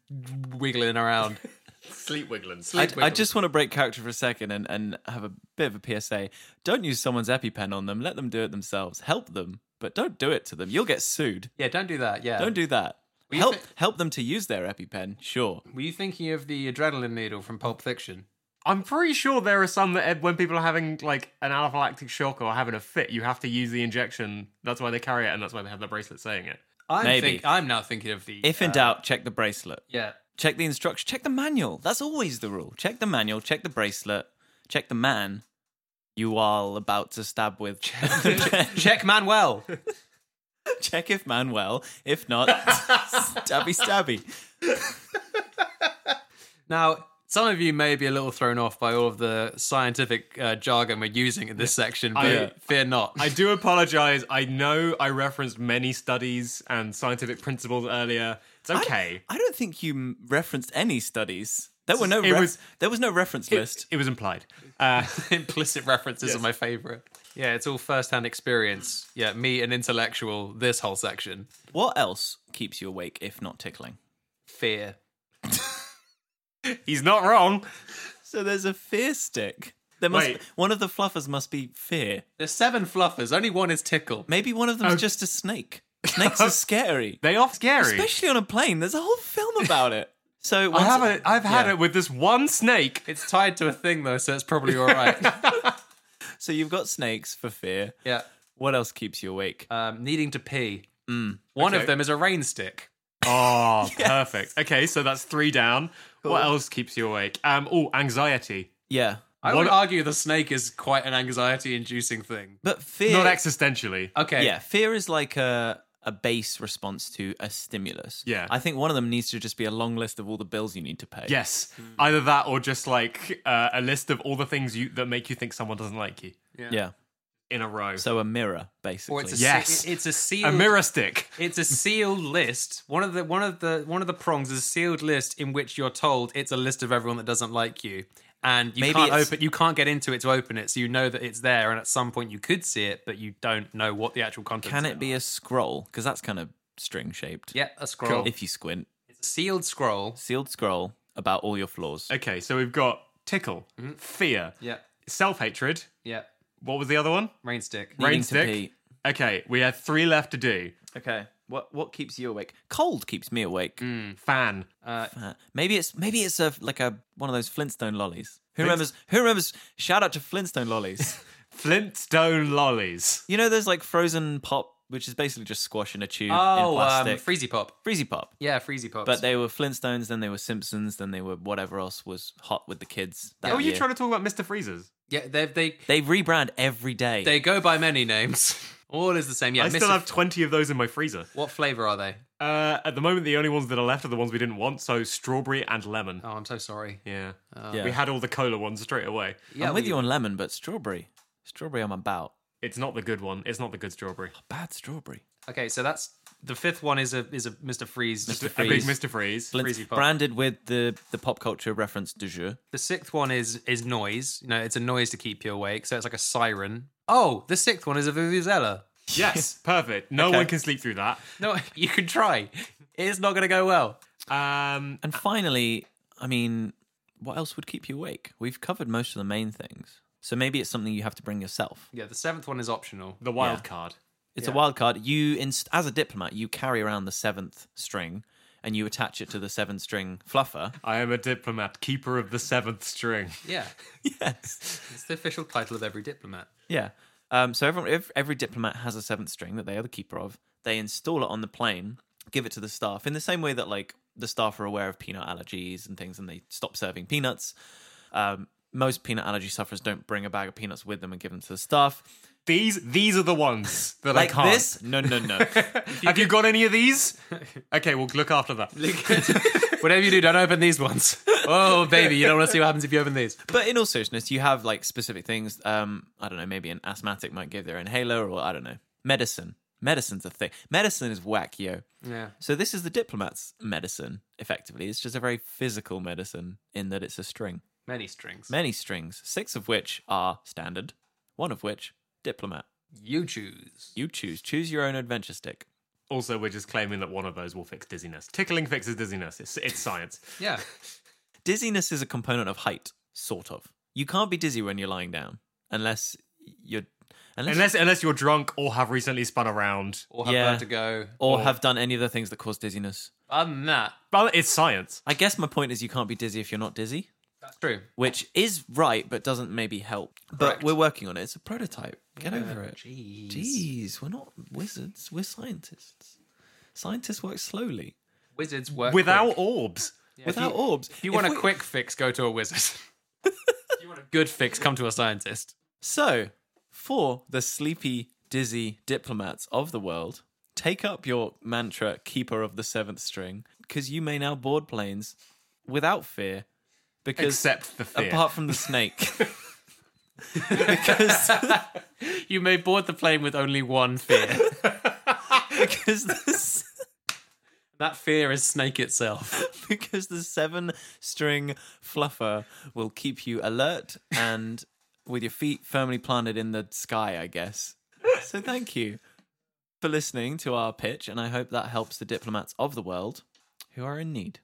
Speaker 2: wiggling around.
Speaker 3: Sleep wiggling.
Speaker 1: I, I just want to break character for a second and, and have a bit of a PSA. Don't use someone's EpiPen on them. Let them do it themselves. Help them, but don't do it to them. You'll get sued.
Speaker 2: Yeah, don't do that. Yeah.
Speaker 1: Don't do that.
Speaker 2: you
Speaker 1: Help
Speaker 2: thi-
Speaker 1: help them to use their EpiPen, sure.
Speaker 2: Were you thinking of the adrenaline needle from Pulp Fiction?
Speaker 3: I'm pretty sure there are some that Ed, when people are having like an anaphylactic shock or having a fit, you have to use the injection. That's why they carry it, and that's why they have the bracelet saying it.
Speaker 2: I'm
Speaker 1: Maybe.
Speaker 2: Think, I'm now thinking of the.
Speaker 1: If in
Speaker 2: uh,
Speaker 1: doubt, check the bracelet.
Speaker 2: Yeah.
Speaker 1: Check the instruction. Check the manual. That's always the rule. Check the manual. Check the bracelet. Check the man you are about to stab with.
Speaker 2: Check Manuel.
Speaker 1: *laughs* check if man well. If
Speaker 2: *laughs*
Speaker 1: not, stabby stabby.
Speaker 2: Now, some of you may be a little thrown off by all of the scientific uh, jargon we're using in this section, but
Speaker 3: I-
Speaker 2: fear not.
Speaker 3: I do apologize. I know I referenced many studies and scientific principles earlier. It's
Speaker 1: I-
Speaker 3: okay.
Speaker 1: I, don't think you m- referenced any studies. There were no
Speaker 3: It
Speaker 1: ref-
Speaker 3: was-
Speaker 1: there was no reference list.
Speaker 3: It was implied. Uh,
Speaker 2: *laughs*
Speaker 3: *laughs*
Speaker 2: Implicit references are my favorite. Yeah, it's all first-hand experience. Yeah, me, an intellectual, this whole section.
Speaker 1: What else keeps you awake if not tickling?
Speaker 2: Fear.
Speaker 3: he's not wrong.
Speaker 1: So there's a fear stick. There must
Speaker 3: Wait.
Speaker 1: one of the fluffers must be fear.
Speaker 2: There's seven fluffers. Only one is tickle.
Speaker 1: Maybe one
Speaker 3: Oh.
Speaker 1: of them's just a snake. Snakes
Speaker 3: *laughs*
Speaker 1: are scary,
Speaker 3: They are scary.
Speaker 1: especially on a plane. There's a whole film about it. So
Speaker 3: I
Speaker 1: once-
Speaker 3: have a, I've had
Speaker 2: yeah.
Speaker 3: it with this one snake.
Speaker 2: It's tied to a thing though, so it's probably
Speaker 1: *laughs*
Speaker 2: all right.
Speaker 1: so you've got snakes for fear.
Speaker 2: yeah.
Speaker 1: What else keeps you awake?
Speaker 2: Um, needing to pee.
Speaker 1: Mm,
Speaker 2: One
Speaker 3: Okay.
Speaker 2: of them is a rain stick. *laughs*
Speaker 3: Oh, perfect. Okay, so that's three down. What else keeps you awake? Um, oh, anxiety.
Speaker 1: yeah,
Speaker 2: I
Speaker 3: One-
Speaker 2: would argue the snake is quite an anxiety-inducing thing.
Speaker 1: but fear.
Speaker 3: Not existentially.
Speaker 2: Okay.
Speaker 1: yeah, fear is like a a base response to a stimulus.
Speaker 3: Yeah.
Speaker 1: I think one of them needs to just be a long list of all the bills you need to pay.
Speaker 3: Yes,
Speaker 1: Hmm.
Speaker 3: either that or just like uh, a list of all the things you that make you think someone doesn't like you
Speaker 1: yeah.
Speaker 3: in a row.
Speaker 1: So a mirror, basically.
Speaker 2: Or it's a
Speaker 3: Yes.
Speaker 2: se- it's a sealed
Speaker 3: a mirror stick.
Speaker 2: it's a sealed list. One of the one of the one of the prongs is a sealed list in which you're told it's a list of everyone that doesn't like you. And you
Speaker 1: Maybe
Speaker 2: can't
Speaker 1: it's-
Speaker 2: open you can't get into it to open it, so you know that it's there and at some point you could see it, but you don't know what the actual content
Speaker 1: Can it be a scroll? Because that's kind of string shaped.
Speaker 2: Yeah, a scroll.
Speaker 1: If you squint,
Speaker 2: It's a sealed scroll.
Speaker 1: sealed scroll about all your flaws.
Speaker 3: Okay, so we've got tickle,
Speaker 1: Hmm.
Speaker 3: fear,
Speaker 2: Yeah.
Speaker 3: self hatred.
Speaker 2: Yeah.
Speaker 3: What was the other one?
Speaker 2: Rain stick.
Speaker 1: Needing
Speaker 3: Rain
Speaker 1: to
Speaker 3: stick.
Speaker 1: pee.
Speaker 3: Okay, we had three left to do.
Speaker 1: Okay. What what keeps you awake? Cold keeps me awake.
Speaker 2: Mm.
Speaker 3: Fan.
Speaker 1: Uh, maybe it's maybe it's a like a one of those Flintstone lollies. Who remembers? Who remembers? Shout out to Flintstone
Speaker 2: *laughs*
Speaker 1: lollies.
Speaker 3: Flintstone lollies.
Speaker 1: you know those like frozen pop, which is basically just squash in a tube in
Speaker 2: Oh, um,
Speaker 1: plastic.
Speaker 2: Freezy Pop.
Speaker 1: Freezy pop.
Speaker 2: Yeah, Freezy Pop.
Speaker 1: But they were Flintstones, then they were Simpsons, then they were whatever else was hot with the kids. That
Speaker 3: Oh, are you
Speaker 1: year.
Speaker 3: trying to talk about Mr. Freezers?
Speaker 2: yeah, they they
Speaker 1: They rebrand every day.
Speaker 2: they go by many names. *laughs* All is the same. Yeah,
Speaker 3: I still
Speaker 2: Mr.
Speaker 3: have 20 of those in my freezer.
Speaker 2: What flavor are they?
Speaker 3: Uh, at the moment, the only ones that are left are the ones we didn't want, so strawberry and lemon.
Speaker 2: Oh, I'm so sorry.
Speaker 3: Yeah.
Speaker 1: Oh. Yeah.
Speaker 3: We had all the cola ones straight away.
Speaker 2: Yeah,
Speaker 1: I'm with
Speaker 2: we-
Speaker 1: you on lemon, but strawberry. Strawberry, I'm about.
Speaker 3: It's not the good one. It's not the good strawberry.
Speaker 1: Bad strawberry.
Speaker 2: Okay, so that's the fifth one is a is a Mr. Freeze.
Speaker 1: Mr.
Speaker 3: A big
Speaker 1: Freeze.
Speaker 3: Mr. Freeze.
Speaker 2: *laughs*
Speaker 1: Flint-
Speaker 2: Freezy pop.
Speaker 1: branded with the, the pop culture reference du jour.
Speaker 2: The sixth one is is noise. You know, it's a noise to keep you awake. So it's like a siren. Oh, the sixth one is a vuvuzela.
Speaker 3: Yes, perfect. No one can sleep through that.
Speaker 2: No, *laughs* you can try. It's not going to go well.
Speaker 3: Um,
Speaker 2: Ah.
Speaker 1: And finally, I mean, what else would keep you awake? We've covered most of the main things. So maybe it's something you have to bring yourself.
Speaker 2: Yeah, the seventh one is optional.
Speaker 3: the wild card.
Speaker 1: It's a
Speaker 2: Yeah.
Speaker 1: wild card. You, inst- as a diplomat, you carry around the seventh string and you attach it to the seventh string
Speaker 2: *laughs*
Speaker 1: fluffer.
Speaker 3: I am a diplomat, keeper of the seventh string.
Speaker 2: Yeah,
Speaker 1: yes.
Speaker 2: it's the official title of every diplomat.
Speaker 1: Yeah. Um, so everyone, ev- every diplomat has a seventh string that they are the keeper of. They install it on the plane, give it to the staff in the same way that like the staff are aware of peanut allergies and things, and they stop serving peanuts. Um, most peanut allergy sufferers don't bring a bag of peanuts with them and give them to the staff.
Speaker 3: These these are the ones that
Speaker 1: Like
Speaker 3: I can't.
Speaker 1: this? No, no, no.
Speaker 3: Have you got any of these? Okay, we'll look after that. *laughs*
Speaker 2: Whatever you do, don't open these ones. Oh, baby, you don't want to see what happens if you open these.
Speaker 1: But in all seriousness, you have like specific things. Um, I don't know. Maybe an asthmatic might give their inhaler, or I don't know. Medicine. Medicine's a thing. Medicine is whack, yo.
Speaker 2: Yeah.
Speaker 1: So this is the diplomat's medicine. Effectively, it's just a very physical medicine in that it's a string,
Speaker 2: Many strings.
Speaker 1: many strings, six of which are standard, one of which diplomat.
Speaker 2: you choose.
Speaker 1: You choose. Choose your own adventure stick.
Speaker 3: Also, we're just claiming that one of those will fix dizziness. Tickling fixes dizziness. It's, it's science.
Speaker 2: Yeah.
Speaker 1: Dizziness is a component of height, sort of. You can't be dizzy when you're lying down, unless you're unless,
Speaker 3: unless unless you're drunk or have recently spun around.
Speaker 2: Or have
Speaker 1: Yeah.
Speaker 2: to go.
Speaker 1: or have done any of the things that cause dizziness.
Speaker 2: Other than that,
Speaker 3: But it's science.
Speaker 1: I guess my point is you can't be dizzy if you're not dizzy,
Speaker 2: that's true.
Speaker 1: which is right, but doesn't maybe help.
Speaker 2: Correct.
Speaker 1: But we're working on it. It's a prototype. Get over it.
Speaker 2: Jeez.
Speaker 1: Jeez, we're not wizards. We're scientists. Scientists work slowly
Speaker 2: Wizards work
Speaker 3: Without
Speaker 2: quick.
Speaker 3: orbs.
Speaker 1: without orbs.
Speaker 2: If you want
Speaker 1: If
Speaker 2: a
Speaker 1: we-
Speaker 2: quick fix, go to a wizard. *laughs* if you want a good fix, come to a scientist.
Speaker 1: So, for the sleepy, dizzy diplomats of the world, take up your mantra, Keeper of the Seventh String, because you may now board planes without fear. Because
Speaker 3: Except the fear.
Speaker 1: apart
Speaker 2: *laughs*
Speaker 1: from the snake. because
Speaker 2: You may board the plane with only one fear.
Speaker 1: because the,
Speaker 2: that fear is snake itself.
Speaker 1: *laughs* because the seven string fluffer will keep you alert and with your feet firmly planted in the sky, I guess. So thank you for listening to our pitch, and I hope that helps the diplomats of the world who are in need.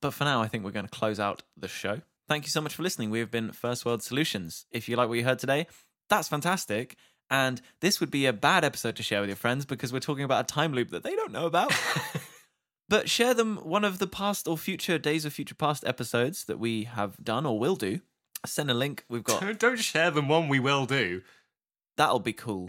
Speaker 1: But for now, I think we're going to close out the show. Thank you so much for listening. We have been First World Solutions. If you like what you heard today, that's fantastic. And this would be a bad episode to share with your friends because we're talking about a time loop that they don't know about. but share them one of the past or future Days of Future Past episodes that we have done or will do. Send a link. We've got
Speaker 3: *laughs* Don't- Don't share them. One we will do.
Speaker 1: That'll be *laughs* cool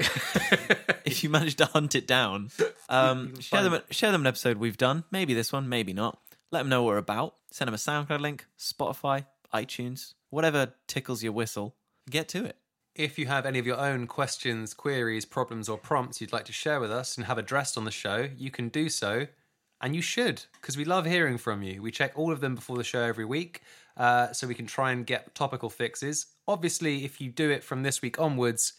Speaker 1: if you manage to hunt it down. Um, share them. Share them an episode we've done. Maybe this one. Maybe not. Let them know what we're about. Send them a SoundCloud link, Spotify, iTunes, whatever tickles your whistle. Get to it.
Speaker 2: If you have any of your own questions, queries, problems, or prompts you'd like to share with us and have addressed on the show, you can do so. And you should, because we love hearing from you. We check all of them before the show every week uh, so we can try and get topical fixes. Obviously, if you do it from this week onwards,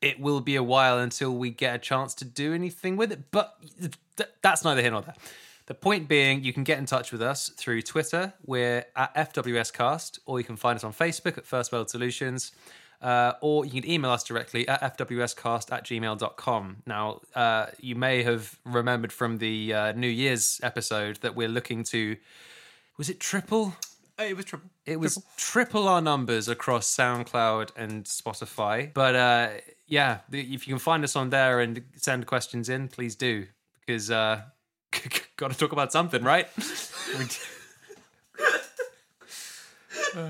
Speaker 2: it will be a while until we get a chance to do anything with it, but th- that's neither here nor there. The point being, you can get in touch with us through Twitter. We're at FWScast, or you can find us on Facebook at First World Solutions, uh, or you can email us directly at FWScast at gmail.com. Now, uh, you may have remembered from the uh, New Year's episode that we're looking to, was it triple?
Speaker 3: It was triple.
Speaker 2: It was triple our numbers across SoundCloud and Spotify. But uh, yeah, the- if you can find us on there and send questions in, please do because uh, *laughs* got to talk about something, right?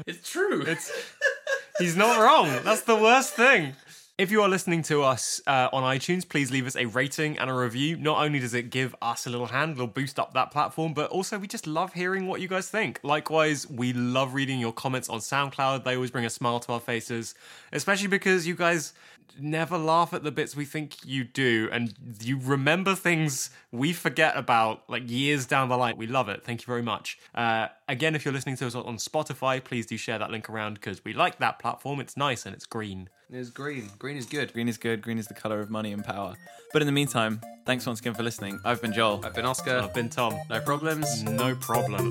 Speaker 2: it's true. It's
Speaker 3: He's not wrong. That's the worst thing. If you are listening to us uh, on iTunes, please leave us a rating and a review. Not only does it give us a little hand, it'll boost up that platform, but also we just love hearing what you guys think. Likewise, we love reading your comments on SoundCloud. They always bring a smile to our faces, especially because you guys never laugh at the bits we think you do, and you remember things we forget about like years down the line. We love it. Thank you very much. Uh, again, if you're listening to us on Spotify, please do share that link around because we like that platform. It's nice and it's green.
Speaker 2: it's green. Green is good.
Speaker 1: Green is good. Green is the color of money and power. But in the meantime, thanks once again for listening. I've been Joel.
Speaker 2: I've been Oscar.
Speaker 3: I've been Tom.
Speaker 2: No problems.
Speaker 3: No problem.